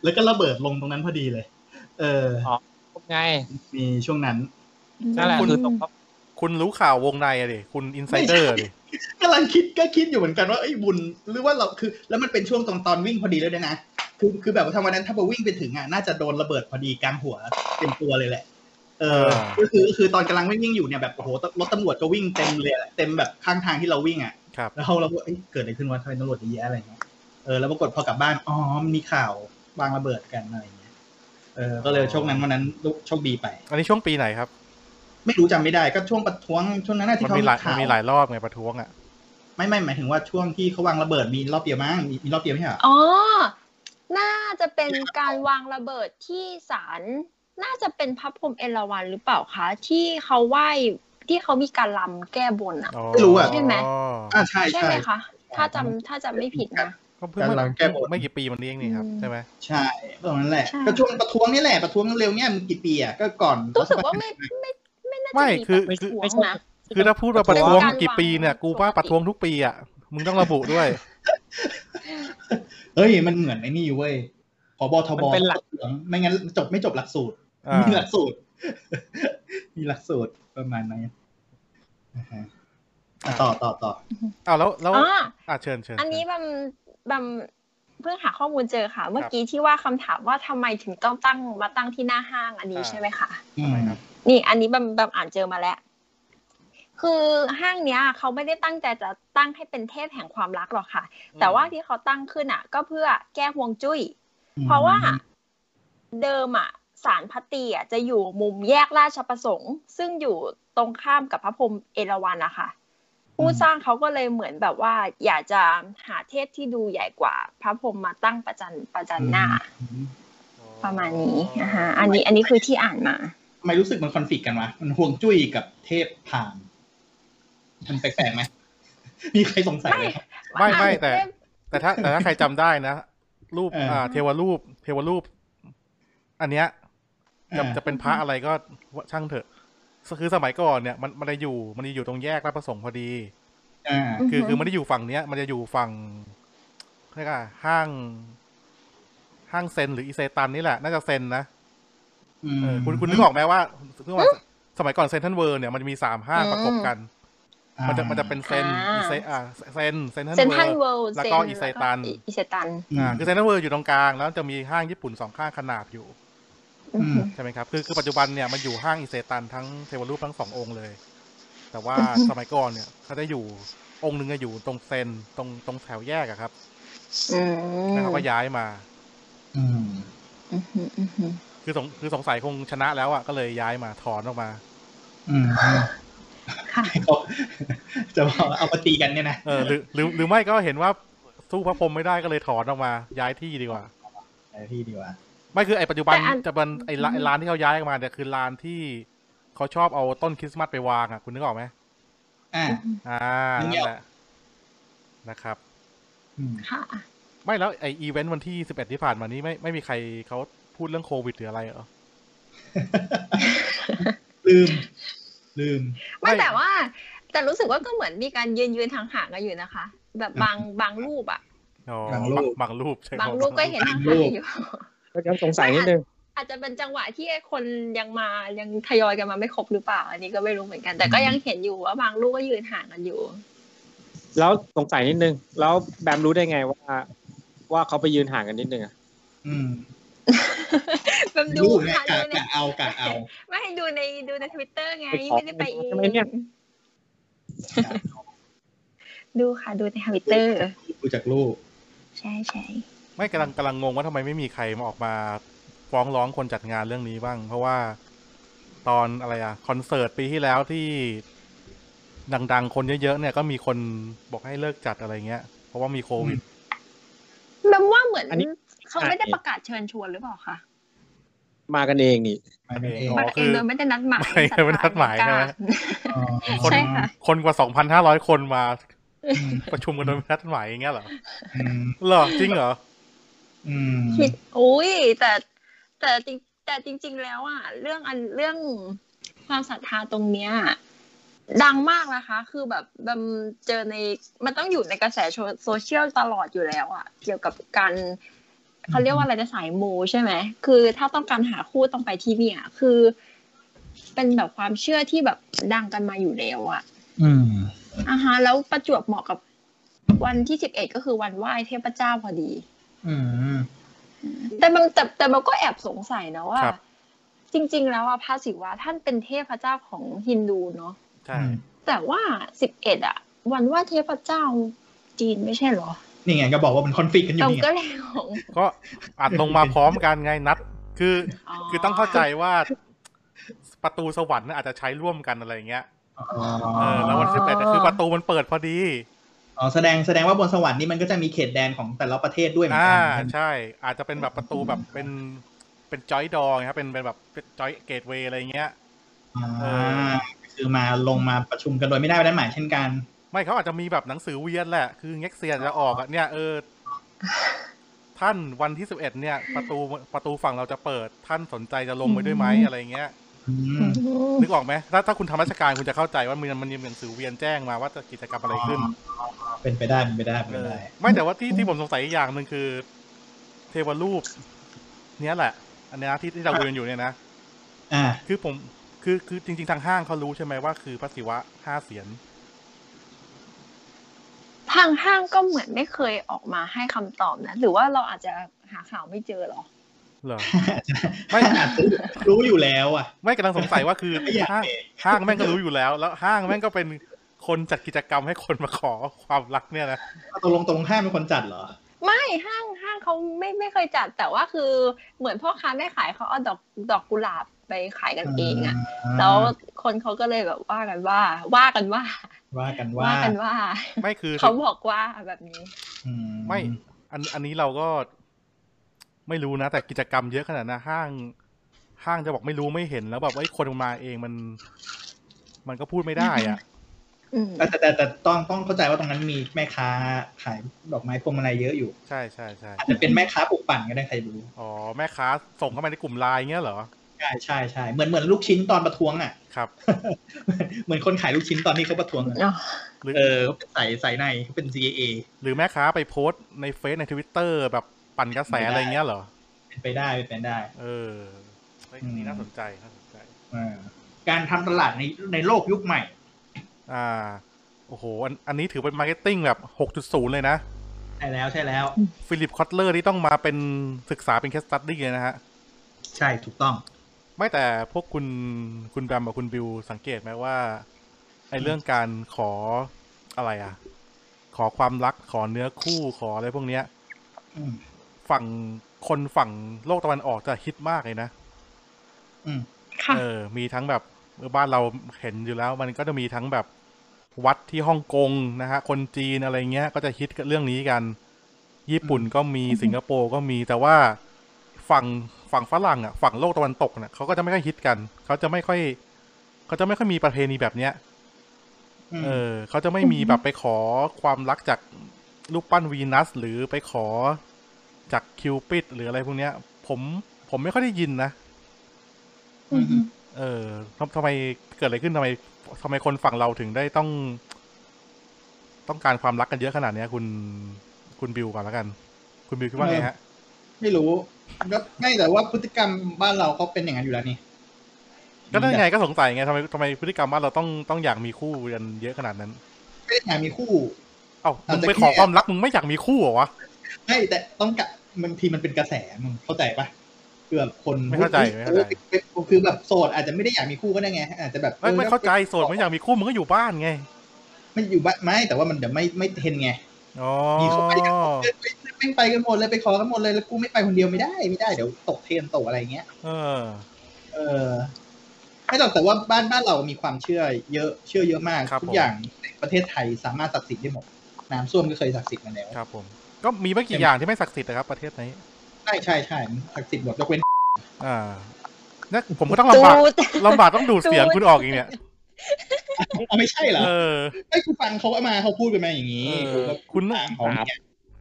S3: แล้วก็ระเบิดลงตรงนั้นพอดีเลย เออ
S4: อ๋อ ไง
S3: มีช่วงนั้น
S4: นั่นแหละคือตรงพระ
S1: คุณรู้ข่าววงในอะดิคุณอินไซเดอร์ดิ
S3: กำลังคิดก็คิดอยู่เหมือนกันว่าไอ้ยบุญหรือว่าเราคือ แล้วมันเป็นช่วงตอนตอนวิ่งพอดีเลยด้วยนะคือคือแบบว่าทำวันนั้นถ้าไปวิ่งไปถึงอ่ะน่าจะโดนระเบิดพอดีกลางหัวเต็มตัวเลยแหละ เออก็คือก็คือตอนกำลังวิ่งวิ่งอยู่เนี่ยแบบโอ้โหรถตำรวจก็วิ่งเต็มเลยอะเต็มแบบข้างทางที่เราวิ่งอ่ะ
S1: ครับ
S3: แล้วเราเราก็เอ้ยเกิดอะไรขึ้นวะทำไมตำรวจเยอะแยะอะไรเงี้ย เออ แล้วปรากฏพอกลับบ้าน อ๋อ มีข่าววางระเบิดกันอะไรเงี้ย เออ ก็เลยโชคนั้นวันนั้นโชคดีไป
S1: อันนี้ช่วงปีไหนครับ
S3: ไม่รู้จำไม่ได้ ก็ช่วงประท้วงช่วงนั้นนะ
S1: มั
S3: ที่
S1: น
S3: เขา
S1: มีหลายมั
S3: ข่าน ว
S1: มีหลายรอบไงประท้วงอ่ะ
S3: ไม่ไม่หมายถึงว่าช่วงที่เขาวางระเบิดมีรอบเดียวมั้ง มีมีรอบเดียวไม่ใช่เหรอ
S2: อ๋อ น่าจะเป็นการวางระเบิดที่ศาลน่าจะเป็นพระพรหมเอราวัณหรือเปล่าคะ ที่เขาไหว้ที่เขามีการลำแก้บนอะ
S1: ไม่
S3: รู้อะ
S2: ใช่ไหม
S3: อ่าใช่
S2: ใช่
S3: ใช่
S2: ไหมคะ ถ้าจำถ้าจำไม่ผิดนะ
S1: ก็เพิ่งไม่
S3: กำลังแก้บน
S1: ไม่กี่ปีมันนี้เองนี่ครับ
S2: อืม
S1: ใช่ไหม
S3: ใช่ตรงนั้นแหละ
S2: ใช่
S3: ก็ช่วงประท้วงนี่แหละประท้วงเร็วเนี่ยมันกี่ปีอ่ะ ก็ก่อน
S2: รู้สึกว่าไม่ไม่ไม่น่าจะ
S1: ไม่คือ
S2: แบบ
S1: คือ
S2: ห่วงนะ
S1: คือถ้าพูดว่าประท้วง
S2: เป็นการ
S1: กี่ปีเนี่ยว
S2: าง
S1: กูว่าป
S2: ปกติ
S1: ระท้วงทุกปีอ่ะมึงต้องระบุด้วย
S3: เอ้ย มันเหมือนไอ้นี่เว้ยพบทบ
S4: มันเป็นหลัก
S3: เหลืองไม่งั้นจบไม่จบหลักสูตร
S1: อ่า
S3: มีหลักสูตร มีหลักสูตรประมาณนั้นอ่าฮะอ่ะต่อต่อต่อ
S1: เอาวแล้วแล้ว
S2: อ๋อ
S1: อ่ะเชิญเชิญ
S2: อันนี้
S1: เชิญ
S2: บำบำเพิ่งหาข้อมูลเจอค่ะ เมื่อ
S1: ครับ
S2: กี้ที่ว่าคำถามว่าทำไมถึงต้องตั้งมาตั้งที่หน้าห้างอันนี้
S1: อ่า
S2: ใช่ไหมคะ
S3: อื
S1: ทำ
S3: ม
S1: ไมครับ
S2: นี่อันนี้บำบำอ่านเจอมาแล้ว คือห้างเนี้ยเขาไม่ได้ตั้งใจจะตั้งให้เป็นเทพแห่งความรักหรอกค่ะ แต่ว่าที่เขาตั้งขึ้นอ่ะ ก็เพื่อแก้ห่วงจุ้ย เพราะว่าเดิมอ่ะสารพระเตียจะอยู่มุมแยกราชประสงค์ ซึ่งอยู่ตรงข้ามกับพระพรหมเอราวัณนะคะผู้สร้างเขาก็เลยเหมือนแบบว่า อยากจะหาเทพที่ดูใหญ่กว่า พระพรหมมาตั้งประจันประจันหน้า ประมาณนี้นะคะอันนี้อันนี้คือที่อ่านมา
S3: ทำไมรู้สึกมันคอนฟ lict กันวะ มันห่วงจุ้ยกับเทพพราหมณ์มันแปลกๆไหม มีใครสงสัยไหมครับ
S1: ไม่ไม่แต่ แต่ถ้าแต่ถ้าใครจำได้นะ รูป
S3: เอออ่
S1: อ่า เทวรูป เทวรูป อันเนี้ย จะจะเป็นพระอะไรก็ช่างเถอะคือสมัยก่อนเนี่ยมันมันจะอยู่มันจะอยู่ตรงแยกราชประสงค์พอดี
S3: อ่า
S1: คือคือ
S2: ม
S1: มันไม่ได้อยู่ฝั่งเนี้ย มันจะอยู่ฝั่งเรียกว่าห้าง ห้างเซนหรืออีเซตันนี่แหละ น่าจะเซนนะ
S3: อืม
S1: เออคุณคุณนึกออกไหมว่านึกออกว่าสมัยก่อนเซนทันเวิร์เนี่ยมันจะมีสามห้างประกบกัน
S3: อ่า
S1: มันจะมันจะเป็นเซน
S2: อ่า
S1: อีเซอ่าเซนเซนทัน
S2: เซนทรัล
S1: เวิร์
S2: เวิลด์
S1: แล้วก็อิเซตัน
S2: อิเซตัน
S3: อืม
S1: อ่าคือเซนทันเวิร์อยู่ตรงกลางแล้วจะมีห้างญี่ปุ่นสองข้างขนาบอยู่
S3: อืม
S1: ใช่ไหมครับ คือคือปัจจุบันเนี่ยมันอยู่ห้างอิเซตันทั้งเทวรูปทั้งสององค์เลย แต่ว่าสมัยก่อนเนี่ยเขาจะอยู่องค์หนึ่งอะอยู่ตรงเซนตรงตรงแถวแยกอะครับ
S2: อืม
S1: นะครับก็ย้ายมา
S3: อืม
S2: อืมอืมอืมอืม
S1: คือสงคือสงสัยคงชนะแล้วอ่ะก็เลยย้ายมาถอนออกมา
S3: อืม
S2: ค่ะ
S3: จะบอกเอามาตีกันเนี่ยนะ
S1: เออหรือหรือหรือไม่ก็เห็นว่าสู้พระพรหมไม่ได้ก็เลยถอนออกมา ย้ายที่ดีกว่า
S3: ไอ้ที่ดีกว่า
S1: ไม่คือไอ้ปัจจุบัน
S2: แต่อัน
S1: จะเป็นไอ้ร้าน
S2: อืม
S1: ไอ้ร้านที่เขาย้ายออกมาเนี่ยคือร้านที่เขาชอบเอาต้นคริสต์มาสไปวางอ่ะคุณนึกออกไหม
S3: อ่า
S1: อ่า
S3: นึกไม่
S1: นั่
S3: อนอก
S1: แหละนะครับ
S3: อืม
S2: ค่ะ
S1: ไม่แล้วไออีเวนต์วันที่สิบเอ็ดที่ผ่านมานี้ไม่ไม่มีใครเขาพูดเรื่องโควิดหรืออะไรเหรอ
S3: ลืม ลืม
S2: ไม่
S1: ไม่
S2: แต่ว่า แต่รู้สึกว่าก็เหมือนมีการยืนยืนๆห่างๆกันอยู่นะคะ แบบบางบางรูปอะ
S1: อ๋อบ
S3: างรูป
S1: บางรูปใช่
S2: บางรูปก็เห็นห่างๆกันอยู่
S4: ก็ยังสงสัยนิดนึง
S2: อาจจะเป็นจังหวะที่คนยังมายังทยอยกันมาไม่ครบหรือเปล่า อันนี้ก็ไม่รู้เหมือนกัน แต่ก็ยังเห็นอยู่ว่าบางลูกก็ยืนห่างกันอยู่
S4: แล้วสงสัยนิดนึง แล้วแบมรู้ได้ไงว่า ว่าเขาไปยืนห่างกันนิดนึงอะ
S3: อืม
S2: แบบดู
S3: รูปเนี่ย
S2: ค่ะดู
S3: กะ
S2: ใน
S3: กะเอากะเอา
S2: ไม่ให้ดูในดูในทวิตเตอร์ไงไม่ได้ไปเองดูค่ะดูในทวิตเตอร์
S3: ดูจากรูป
S2: ใช่ใช่
S1: ไม่กำลังกำลังงงว่าทำไมไม่มีใครมาออกมาฟ้องร้องคนจัดงานเรื่องนี้บ้าง เพราะว่าตอนอะไรอะคอนเสิร์ตปีที่แล้วที่ดังๆ คนเยอะๆเนี่ยก็มีคนบอกให้เลิกจัดอะไรเงี้ย เพราะว่ามีโควิด
S2: แบบว่าเหมือน
S4: อันนี้
S2: เขาไม่ได้ประกาศเชิญชวนหรือเปล่าคะ
S4: มากันเองนี่
S3: มากันเอง
S1: อ๋
S2: มา
S1: อ
S2: เองโดยไม่ได้นัดหมาย
S1: ไม่ ได้นัดหมายใช่ไหม
S3: อ๋อ
S1: คน
S2: ใช่ค่ะ
S1: คนกว่าสองพันห้าร้อยคนมา
S3: อืม
S1: ประชุมกันโดยไม่นัดหมายอย่างเงี้ยเหรอ
S3: อืม
S1: เหรอจริงเหรอ
S3: อืม
S2: คิดอุ้ยแต่แต่จริงแต่จริง ๆ แล้วอะเรื่องอันเรื่องความศรัทธาตรงเนี้ยดังมากนะคะ คือแบบแบมเจอในมันต้องอยู่ในกระแสโซโซเชียลตลอดอยู่แล้วอะเกี่ยวกับการเขาเรียกว่าอะไรจะสายมูใช่ไหมคือถ้าต้องการหาคู่ต้องไปที่เนี่ย คือ เป็นแบบความเชื่อที่แบบดังกันมาอยู่แล้วอะ
S3: อืม
S2: อ่าฮะแล้วประจวบเหมาะกับวันที่สิบเอ็ดก็คือวันไหว้เทพเจ้าพอดี
S3: อืม
S2: แต่มันแต่แต่มันก็แอบสงสัยนะว่า
S1: ครับ
S2: จริง ๆ แล้วอะพระศิวะท่านเป็นเทพเจ้าของฮินดูเนาะ
S1: ใช่
S2: แต่ว่าสิบเอ็ดอะวันไหว่าเทพเจ้าจีนไม่ใช่เหรอ
S3: นี่ไงก็บอกว่ามันคอนฟ lict กันอ
S2: เรา
S3: ยู่นี่ไง
S2: ก็เลยงง
S1: ก็อัดลงมาพร้อมกันไงนัด คือ คือต้องเข้าใจว่าประตูสวรรค์น่ะอาจจะใช้ร่วมกันอะไรเงี้ย
S3: อ๋อ
S1: เออแล้ววันที่แปดคือประตูมันเปิดพอดี
S3: อ๋อแสดงแสดงว่าบนสวรรค์นี่มันก็จะมีเขตแดนของแต่ละประเทศด้วยเหมือน
S1: อ่า
S3: กั
S1: ใช่ อาจจะเป็นแบบประตูแบบเป็นเป็นจอยดองครับเป็นเป็นแบบจอยเกตเวย์อะไรเงี้ย
S3: อ่าคือมาลงมาประชุมกันโดยไม่ได้ไปนัดหมายเช่นกัน
S1: ไม่เขาอาจจะมีแบบหนังสือเวียนแหละ คือเง็กเซียนจะออกอะเนี่ยเออ ท่านวันที่สิบเอ็ดเนี่ย ประตูประตูฝั่งเราจะเปิด ท่านสนใจจะลงไปด้วยไหมอะไรเงี้ย
S3: อื
S2: อืม
S3: ม
S1: นึกออกไหมถ้าถ้าคุณทำราชการคุณจะเข้าใจว่ามันมันมีหนังสือเวียนแจ้งมาว่าจะกิจกรรมอะไรขึ้น
S3: เป็นไปได้เป็นไปได้เป็น
S1: เอ
S3: ไป
S1: อ
S3: ได้
S1: ไม่แต่ว่าที่ที่ผมสงสัยอีกอย่างหนึ่งคือ เทวรูป เนี้ยแหละ อันเนี้ยที่ที่เราคุยกันอยู่เนี่ยนะ
S3: อ่า
S1: คือผมคือคือจริง ๆ ทางห้างเขารู้ใช่ไหมว่าคือพระศิวะห้าเสียน
S2: ทางห้างก็เหมือนไม่เคยออกมาให้คำตอบนะ หรือว่าเราอาจจะหาข่าวไม่เจอเหรอ
S1: เหรอ
S3: ไม่อาจจะรู้อยู่แล้วอ่ะ
S1: ไม่กำลังสงสัยว่าคือ
S3: ไม่อยาก
S1: ห้าง
S3: เอก
S1: ห้างแม่งก็รู้อยู่แล้ว แล้วห้างแม่งก็เป็นคนจัดกิจกรรมให้คนมาขอความรักเนี่ยนะ
S3: เอาตกลงตรงห้ามเป็นคนจัดเหรอ
S2: ไม่ห้างห้างเขาไม่ไม่เคยจัดแต่ว่าคือเหมือนพ่อค้าแม่ขายเขาเอาดอกดอกกุหลาบไปขายกันเองอะแล้วคนเขาก็เลยแบบว่ากันว่า ว่ากันว่า
S3: ว่ากันว่า
S2: ว่ากันว่า
S1: ไม่คือ
S2: เขาบอกว่าแบบนี้
S3: อื
S1: ไม่อันอันนี้เราก็ ไม่รู้นะแต่กิจกรรมเยอะขนาดนะห้าง ห้างจะบอกไม่รู้ไม่เห็นแล้วแบบว่าคนมาเองมัน มันก็พูดไม่ได้อะ
S2: อืม
S3: แต่แต่แต่แต่ต้องต้องเข้าใจว่าตรงนั้นมีแม่ค้าขายดอกไม้พวงมาลัยเยอะอยู่
S1: ใช่ใช่ใช่
S3: อาจจะเป็นแม่ค้าปลูกปั่นก็ได้ใครรู้
S1: อ๋อแม่ค้าส่งเข้ามาในกลุ่มไลน์เงี้ยเหรอ
S3: ใช่ใช่ใช่เหมือนเหมือนลูกชิ้นตอนประท้วงอ่ะ
S1: ครับ
S3: เหมือนคนขายลูกชิ้นตอนที่เขาประท้วงอะ
S2: เนาะ
S1: หรือ
S3: เออเขาเป็นสายสายในเขาเป็น GA
S1: หรือแม่ค้าไปโพสต์ในเฟซในทวิตเตอร์แบบปั่นกระแสอะไรเงี้ยเหรอ
S3: เป็นไปได้เป็นไปได้
S1: เออเฮ้ยอันนี้น่าสนใจน่าสนใจ
S3: อ่าการทำตลาดในในโลกยุคใหม่
S1: อ่า โอ้โห อันอันนี้ถือเป็นมาร์เก็ตติ้งแบบ 6.0 เลยนะ
S3: ใช่แล้วใช่แล้ว
S1: ฟิลิปคอตเลอร์ที่ต้องมาเป็นศึกษาเป็น c a s ตัดดี้เลยนะฮะ
S3: ใช่ถูกต้อง
S1: ไม่แต่พวกคุณคุณแบมกับคุณบิวสังเกตไหมว่า ไอ้เรื่องการขออะไรอ่ะ ขอความรักขอเนื้อคู่ขออะไรพวกเนี้ย
S3: อืม
S1: ฝั่งคนฝั่งโลกตะวันออกจะฮิตมากเลยนะ
S3: อืม
S2: ค่ะ
S1: เออ มีทั้งแบบเออบ้านเราเห็นอยู่แล้ว มันก็จะมีทั้งแบบวัดที่ฮ่องกงนะฮะ คนจีนอะไรเงี้ย ก็จะฮิตกับเรื่องนี้กัน ญี่ปุ่นก็มี
S2: อืม
S1: สิงคโปร์ก็มีแต่ว่าฝั่งฝั่งฝรั่งอ่ะ ฝั่งโลกตะวันตกเนี่ยเขาก็จะไม่ค่อยฮิตกัน เขาจะไม่ค่อย เขาจะไม่ค่อยมีประเพณีแบบเนี้ย
S3: อืม
S1: เออเขาจะไม่มีแบบไปขอความรักจากรูปปั้นวีนัส หรือไปขอจากคิวปิดหรืออะไรพวกเนี้ย ผมผมไม่ค่อยได้ยินนะ
S2: อืม
S1: เออทำทำไมเกิดอะไรขึ้นทำไมทำไมคนฝั่งเราถึงได้ต้อง ต้องการความรักกันเยอะขนาดเนี้ย คุณคุณบิวก่อนแล้วกัน คุณบิวคิดว่าไงฮะ
S3: ไม่รู้ก็ไม่แต่ว่าพฤติกรรมบ้านเราเขาเป็นอย่างนั้นอยู่แล้วนี่
S1: ก็ได้ไงก็สงสัยไงทำไมทำไมพฤติกรรมว่านเราต้องต้องอยากมีคู่กันเยอะขนาดนั้น
S3: ไม่ได้อยากมีคู่
S1: เอ้า
S3: เอามึ
S1: มึงไปขอ
S3: แต่แค่
S1: ความรักมึงไม่อยากมีคู่เหรอวะ
S3: ไม่แต่ต้องกะบางทีมันเป็นกระแสมึงเข้าใจปะคือแบบคน
S1: ไม่เข้าใจไม่เข้าใจ
S3: คือแบบโสดอาจจะไม่ได้อยากมีคู่ก็ได้ไง อาจจะแบบ
S1: ไม่ไม่เข้าใจโสดไม่อยากมีคู่มึงก็อยู่บ้านไง
S3: ไม่อยู่บ้านไม่แต่ว่ามันเดี๋ยวไม่ไม่เทรนไง
S1: อ๋อ
S3: มีเขาไปกันหมดเลยไปไปกันหมดเลยไปขอกันหมดเลยแล้วกูไม่ไปคนเดียวไม่ได้ไม่ได้เดี๋ยวตกเทรนตกอะไรเงี้ย
S1: เออ
S3: เออไม่หรอกแต่ว่าบ้านบ้านเรามีความเชื่อเยอะเชื่อเยอะมาก
S1: ครับ
S3: ทุ
S1: ผ
S3: ก
S1: ม
S3: อย่างในประเทศไทยสามารถศักดิ์สิทธิ์ได้หมด น้ำส้วมก็เคยศักดิ์สิทธิ์มาแล้ว
S1: ครับผม ก็มีไม่กี่อย่างที่ไม่ศักดิ์สิทธิ์นะครับ ประเทศไหน
S3: ใช่ใช่ใช่ศักดิ์สิทธิ์หมดยกเว้น
S1: อ่าเนี่ยผมก็ต้องลำบากลำบากต้องดูดเสียง
S2: จู๊ด
S1: คุณออกอีกเนี่ย
S3: เอาไม่ใช่เหรอ
S1: เออ
S3: ไอ้ยกูฟังเขาเอามาเขาพูดกันมาอย่างนี้
S1: เออ
S3: กูก็
S1: คุณน่ะ
S3: ตามเขาเนี่ย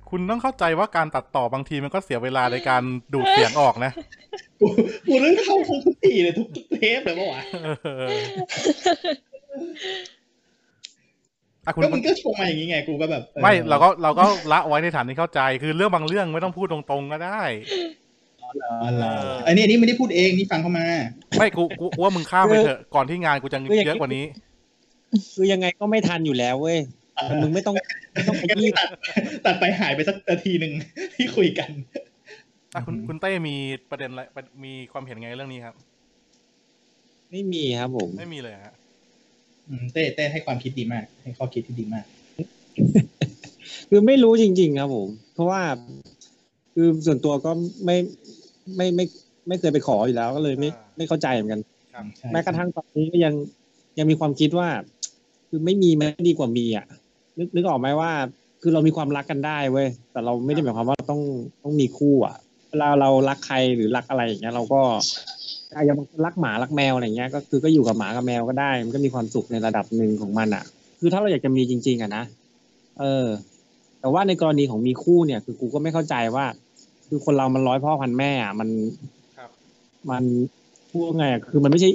S1: คุณต้องเข้าใจว่าการตัดต่อบางทีมันก็เสียเวลาในการดูดเสียงออกนะ
S3: กูกูเรื่องเข้าเขาทุกทีเลยทุกทุกเทปเลยปะวะ
S1: เอออ่ะคุณ
S3: ก็มันก็ชงมาอย่างนี้ไงกูก็แบบออ
S1: ไม่เราก็เราก็ละไว้ในฐานที่เข้าใจ คือเรื่องบางเรื่องไม่ต้องพูดตรงๆก็ได้
S3: อ๋อเหรอ
S1: เอออั
S3: อันนี้อันนี้ไม่ได้พูดเองนี่ฟังเขามา
S1: ไม่กูกูกูว่ามึงข้ามไปเถอะก่อนที่งานกูจะเยอะกว่านี้
S4: คือยังไงก็ไม่ทันอยู่แล้วเว้ยแต่มึงไม่ต้องไม่ต้องไปรีบ
S3: ตัดตัดไปหายไปสักนาทีหนึ่ง ที่คุยกัน
S1: อ่ะคุณคุณเต้มีประเด็นอะไรมีความเห็นไงเรื่องนี้ครับ
S4: ไม่มีครับผม
S1: ไม่มีเลยฮะ
S3: อืมเต้เต้ให้ความคิดดีมาก ให้ข้อคิดที่ดีมาก
S4: คือไม่รู้จริง ๆ ครับผม เพราะว่า คือส่วนตัวก็ไม่ไม่ไม่ไม่เคยไปขออยู่แล้วก็เลยไม่
S1: อ่า
S4: ไม่เข้าใจเหมือนกัน
S1: ครับ
S3: ใช่
S4: แม้กระทั่งตอนนี้ก็ยังยังมีความคิดว่า คือไม่มีมันดีกว่ามีอ่ะนึกนึกออกไหมว่า คือเรามีความรักกันได้เว้ยแต่เราไม่ได้หมายความว่าต้องต้องมีคู่อ่ะเวลาเรารักใครหรือรักอะไรอย่างเงี้ย เราก็อาจจะรักหมารักแมวอะไรเงี้ย ก็คือก็อยู่กับหมากับแมวก็ได้ มันก็มีความสุขในระดับหนึ่งของมันอ่ะ คือถ้าเราอยากจะมีจริง ๆอ่ะนะเออ แต่ว่าในกรณีของมีคู่เนี่ย คือกูก็ไม่เข้าใจว่า คือคนเรามันร้อยพ่อพันแม่อ่ะมัน
S1: ครับ
S4: มันพูดว่าไงอ่ะคือมันไม่ใช่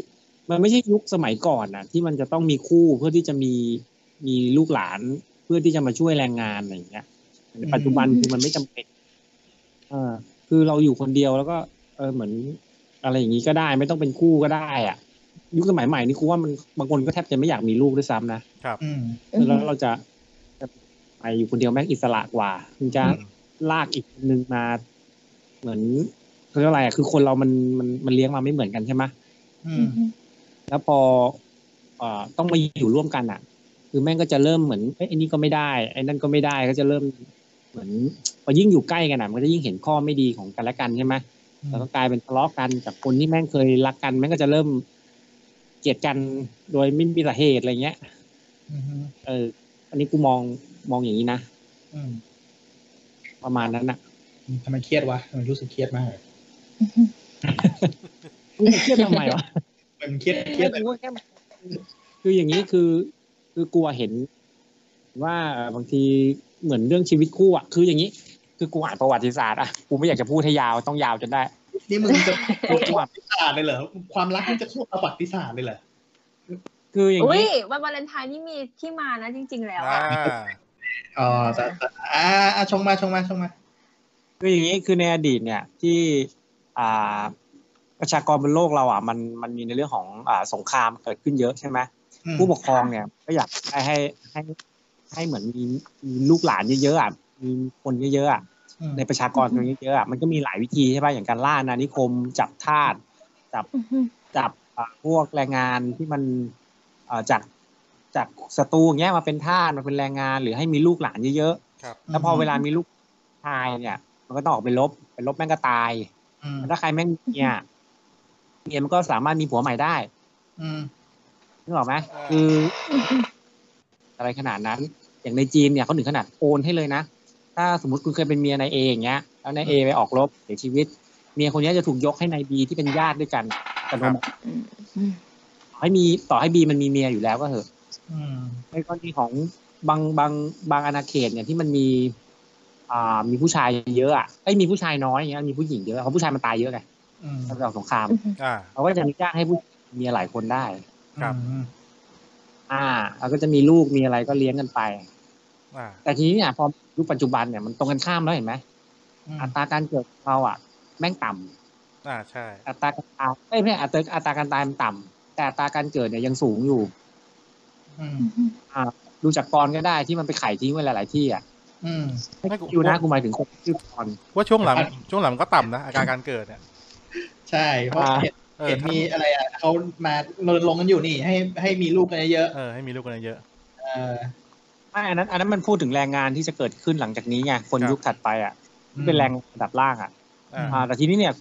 S4: มันไม่ใช่ยุคสมัยก่อนนะที่มันจะต้องมีคู่เพื่อที่จะมีมีลูกหลาน เพื่อที่จะมาช่วยแรงงานอะไรอย่างเงี้ยแต่ปัจจุบัน
S2: อืม
S4: คือมันไม่จำเป็นเออคือเราอยู่คนเดียวแล้วก็ เออเหมือน อะไรอย่างนี้ก็ได้ ไม่ต้องเป็นคู่ก็ได้อ่ะ ยุคสมัยใหม่นี่กูว่ามันบางคนก็แทบจะไม่อยากมีลูกด้วยซ้ำนะ
S3: อืม
S4: แล้วเราจะจะไปอยู่คนเดียวแม่งอิสระกว่ามึงจะ ลากอีกคนนึงมา เหมือนเขาเรียกว่าอะไรอ่ะคือคนเรามันมันมันเลี้ยงมาไม่เหมือนกันใช่ไหม
S3: อื
S2: อื
S3: ม
S2: ม
S4: แล้วพอเอ่อต้องมาอยู่ร่วมกันอ่ะ คือแม่งก็จะเริ่มเหมือนเอ้ยไอ้นี่ก็ไม่ได้ไอ้นั่นก็ไม่ได้ก็จะเริ่มเหมือนพอยิ่งอยู่ใกล้กันอ่ะมันก็จะยิ่งเห็นข้อไม่ดีของกันและกันใช่ไหม
S3: อืม
S4: แล้วก็กลายเป็นทะเลาะกันจากคนที่แม่งเคยรักกันแม่งก็จะเริ่มเกลียดกันโดยไม่มีสาเหตุอะไรเงี้ย
S3: อืม
S4: เออ อันนี้กูมองมองอย่างนี้นะ
S3: อืม
S4: ประมาณนั้นอ่ะ
S3: ทำไมเครียดวะทำไมรู้สึกเครียดมากเลย
S4: เครียดทำไมวะ
S3: มันเครียดเครียดอะไร
S4: คืออย่างนี้คือ คือกลัวเห็น ว่าเอ่อบางทีเหมือนเรื่องชีวิตคู่อ่ะคืออย่างนี้ คือกูอ่านประวัติศาสตร์อ่ะกูไม่อยากจะพูดให้ยาวต้องยาวจนได้
S3: นี่มึงจะเข้าประวัติศาสตร์เลยเหรอความรักมึงจะเข้าประวัติศาสตร์เลยเหรอ
S4: คืออย่าง
S2: อุ้ย
S4: นี้
S2: วันวาเลนไทน์นี่มีที่มานะจริง ๆ แล้ว
S1: อ่า
S2: อะ
S3: อ๋อแต่แต่อ่าอ่าชงมาชงมาชงมา
S4: คืออย่างนี้คือในอดีตเนี่ยที่อ่าประชากรบนโลกเราอ่ะมันมันมีในเรื่องของอ่าสงครามเกิดขึ้นเยอะใช่ไหม
S3: อืม
S4: ผู้ปกครองเนี่ยก็อยากให้ให้ให้ให้เหมือนมีมีลูกหลานเยอะๆอ่ะมีคนเยอะๆอ่ะ
S3: อืม
S4: ในประชากรตรงนี้เยอะอ่ะมันก็มีหลายวิธีใช่ป่ะอย่างการล่าอาณานิคม จับทาสจับ
S2: อือฮึ
S4: จับอ่าพวกแรงงานที่มันเอ่อจากจากศัตรูอย่างเงี้ยมาเป็นทาสมาเป็นแรงงาน หรือให้มีลูกหลานเยอะ
S1: ครับ
S4: ๆแล้วพอเวลามีลูกชายเนี่ย มันก็ต้องออกไปรบไปรบแม่งก็ตาย
S3: อืม
S4: แต่ถ้าใครแม่งมีเนี่ยเมียมันก็สามารถมีผัวใหม่ได้
S3: อืม
S4: นึกออกไหม
S1: อ่า
S4: คือ อะไรขนาดนั้น อย่างในจีนเนี่ยเขาถึงขนาดโอนให้เลยนะ ถ้าสมมติคุณเคยเป็นเมียนายเออย่างเงี้ย แล้วนายเอไปออกรบเสียชีวิต เมียคนเนี้ยจะถูกยกให้นายบีที่เป็นญาติด้วยกันแต่นม
S2: อืม
S4: ให้มีต่อให้บีมันมีเมียอยู่แล้วก็เถอะ
S3: อืม
S4: ในกรณีของบางบางบางอาณาเขตเนี่ยที่มันมีอ่ามีผู้ชายเยอะอ่ะไอ้ยมีผู้ชายน้อยอย่างเงี้ยมีผู้หญิงเยอะเพราะผู้ชายมันตายเยอะไง
S3: อืม
S4: สำหรับสงคราม
S1: อ่า
S4: เขาก็จะมีจ้างให้ผู้เมียหลายคนได้
S1: ครับ
S3: อืม
S4: อ่าแล้วก็จะมีลูกมีอะไรก็เลี้ยงกันไป
S1: อ่า
S4: แต่ทีนี้เนี่ยพอยุคปัจจุบันเนี่ยมันตรงกันข้ามแล้วเห็นไหม
S3: อืม
S4: อัตราการเกิดของเราอ่ะแม่งต่ำ
S1: อ่าใช่
S4: อัตราการตายเอ้ยไม่ใช่อัตราอัตราการตายมันต่ำแต่อัตราการเกิดเนี่ยยังสูงอยู่
S3: อืม
S4: ดูจากกรก็ได้ที่มันไปไข่ทิ้งไว้หลาย ๆ ที่อ่ะ
S3: อืม
S4: ไม่
S1: ไม่กู
S4: คิวนะกูหมายถึงคนที่ชื่อกร
S1: ว่าช่วงหลัง
S3: ครับ
S1: ช่วงหลังก็ต่ำนะอาการการเกิดเนี่ย
S3: ใช่เพราะ
S4: อ่า
S3: เห็น
S1: เออ
S3: เห็นมีอะไรอ่ะเขามาลดลงค์กันอยู่นี่ ให้ให้มีลูกกันเยอะ
S1: เออให้มีลูกกันเยอะ
S3: ๆเออ
S4: ไม่อันนั้นอันนั้นมันพูดถึงแรงงานที่จะเกิดขึ้นหลังจากนี้ไงคน
S1: ครับ
S4: ยุคถัดไปอ่ะที่เป็นแรงงานระดับล่างอ่ะ
S1: อ่า
S4: อ่าแต่ทีนี้เนี่ย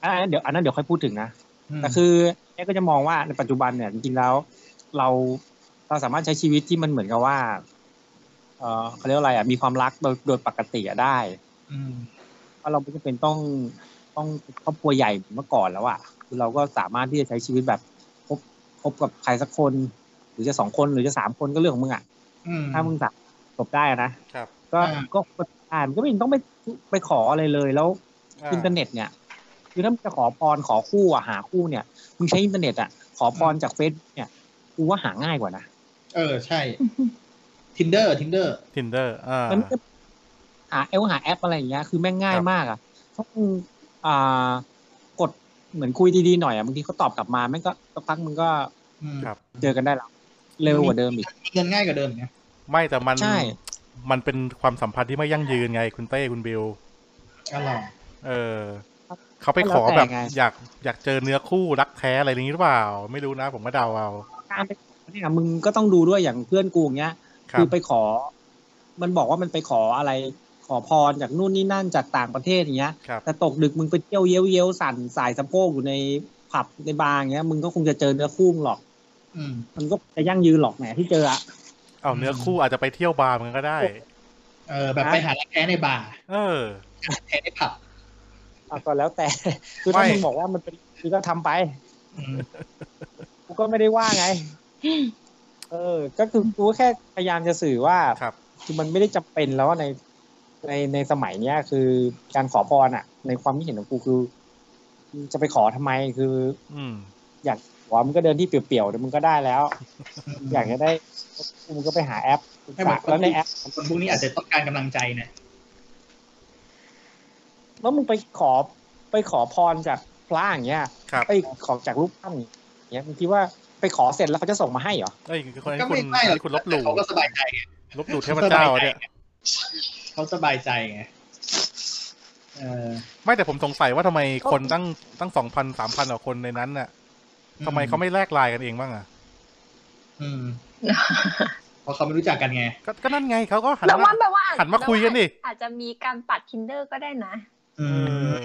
S4: อันนั้นเดี๋ยวอันนั้นเดี๋ยวค่อยพูดถึงนะ
S3: ม
S4: แต่คือเอ๊ะก็จะมองว่าในปัจจุบันเนี่ยจริงๆแล้ว เราเราสามารถใช้ชีวิตที่มันเหมือนกับว่า เออเขาเรียกว่าอะไรอ่ะมีความรักโดยโดยปกติอะได้
S3: ม
S4: เพราะเราไม่จำเป็นต้องต้องครอบครัวใหญ่เหมือนเมื่อก่อนแล้วอ่ะคือเราก็สามารถที่จะใช้ชีวิตแบบคบคบกับใครสักคน หรือจะสองคนหรือจะสามคนก็เรื่องของมึงอ่ะ
S3: อืม
S4: ถ้ามึงสามจบได้อะนะครับ ก็
S3: อ่า
S4: ก็อ่านก็ไม่ต้องไปไปขออะไรเลยแล้ว
S1: า
S4: อินเทอร์เน็ตเนี่ยคือถ้ามึงจะขอพรขอคู่อะหาคู่เนี่ยมึงใช้อินเทอร์เน็ตอะขอพรจากเฟซเนี่ยกูว่าหาง่ายกว่านะ
S3: เออใช่ tinder tinder
S1: tinder อ่า
S4: มันไม่ได้หาเอลหาแอปอะไรอย่างเงี้ยคือแม่งง่าย
S1: ครับ
S4: มากอะถ้ามึงอ่ากดเหมือนคุยดีๆหน่อยอะบางทีเขาตอบกลับมาแม่งก็สักพักมึงก็
S3: อืม
S1: ครับ
S4: เจอกันได้แล้วเร็วกว่าเดิมอีก
S3: มีเงินง่ายกว่าเดิมเนี่ย
S1: ไม่แต่มัน
S4: ใช่
S1: มันเป็นความสัมพันธ์ที่ไม่ยั่งยืนไงคุณเต้คุณบิว
S3: อ๋อเหรอ
S1: เออเขาไปขอ
S4: แล้วแต่
S1: แบบ
S4: ไง
S1: อยากอยากเจอเนื้อคู่รักแท้อะไรอย่างนี้หรือเปล่า ไม่รู้นะผมก็เดาเอา
S4: การไปขอเนี่ยมึงก็ต้องดูด้วยอย่างเพื่อนกูอย่างเงี้ย
S1: ครั
S4: คื
S1: บ
S4: อไปขอ มันบอกว่ามันไปขออะไร ขอพรจากนู่นนี่นั่นจากต่างประเทศอย่างเงี้ย
S1: ครับ
S4: แต่ตกดึกมึงไปเที่ยวเย้ยวเย้ยวสั่นสายสะโพกอยู่ในผับในบาร์อย่างเงี้ยมึงก็คงจะเจอเนื้อคู่มึงหรอก
S3: อืม
S4: มันก็จะยั่งยืนหรอกแหมที่เจออะ
S1: เอาเนื้อคู่อาจจะไปเที่ยวบาร์มันก็ได้
S3: เออแบบ
S4: ฮะ
S3: ไปหารักแท้ในบาร์
S1: เออ
S3: แท้ในผับ
S4: อ่ะก็แล้วแต่ คือถ้า
S1: ไม่
S4: มึงบอกว่ามันเป็นคือก็ทำไป
S3: อืม
S4: กูก็ไม่ได้ว่าไง เออ ก็คือกูแค่พยายามจะสื่อว่า
S1: ครับ
S4: คือมันไม่ได้จำเป็นแล้วในในในสมัยเนี้ยคือการขอพรอ่ะ ในความคิดเห็นของกูคือมึงจะไปขอทำไมคือ
S1: อืม
S4: อยากขอมึงก็เดินที่เปลี่ยวๆเดี๋ยวมึงก็ได้แล้ว
S3: อ
S4: อยากจะได้มึงก็ไปหาแอป
S3: ไม่เหมือนคน
S4: แล้วใน
S3: ที่
S4: แอป
S3: คนพวกนี้อาจจะต้องการกำลังใจนะ
S4: แล้วมึงไปขอไปขอพรจากพระอย่างเงี้ย
S1: ครับ
S4: ไปขอจากรูปปั้นอย่างเงี้ยมึงคิดว่าไปขอเสร็จแล้วเขาจะส่งมาให้เหรอ
S1: เอ้ยคนนี้
S3: ก็
S1: คุณ
S3: ไม่ไม่หรอก
S1: คุณลบหลู่
S3: แต่เขาก็สบายใจไง
S1: ลบหลู่เทพเจ้าอะเนี่ย
S3: เขาสบายใจไงเออ
S1: ไม่แต่ผมสงสัยว่าทำไมคนตั้งตั้งสองพันสามพันกว่าคนในนั้นน่ะทำไมเขาไม่แลกไลน์กันเองบ้างอ่ะ
S3: อืมเพราะเขาไม่รู้จักกันไง
S1: ก็ก็นั่นไงเขาก็หัน
S2: แล้วว่า
S1: มา
S2: แปลว่า
S1: หันมาคุยกันดิ
S2: อาจจะมีการปัด tinder ก็ได้นะ
S1: เอ
S3: อืม
S1: อ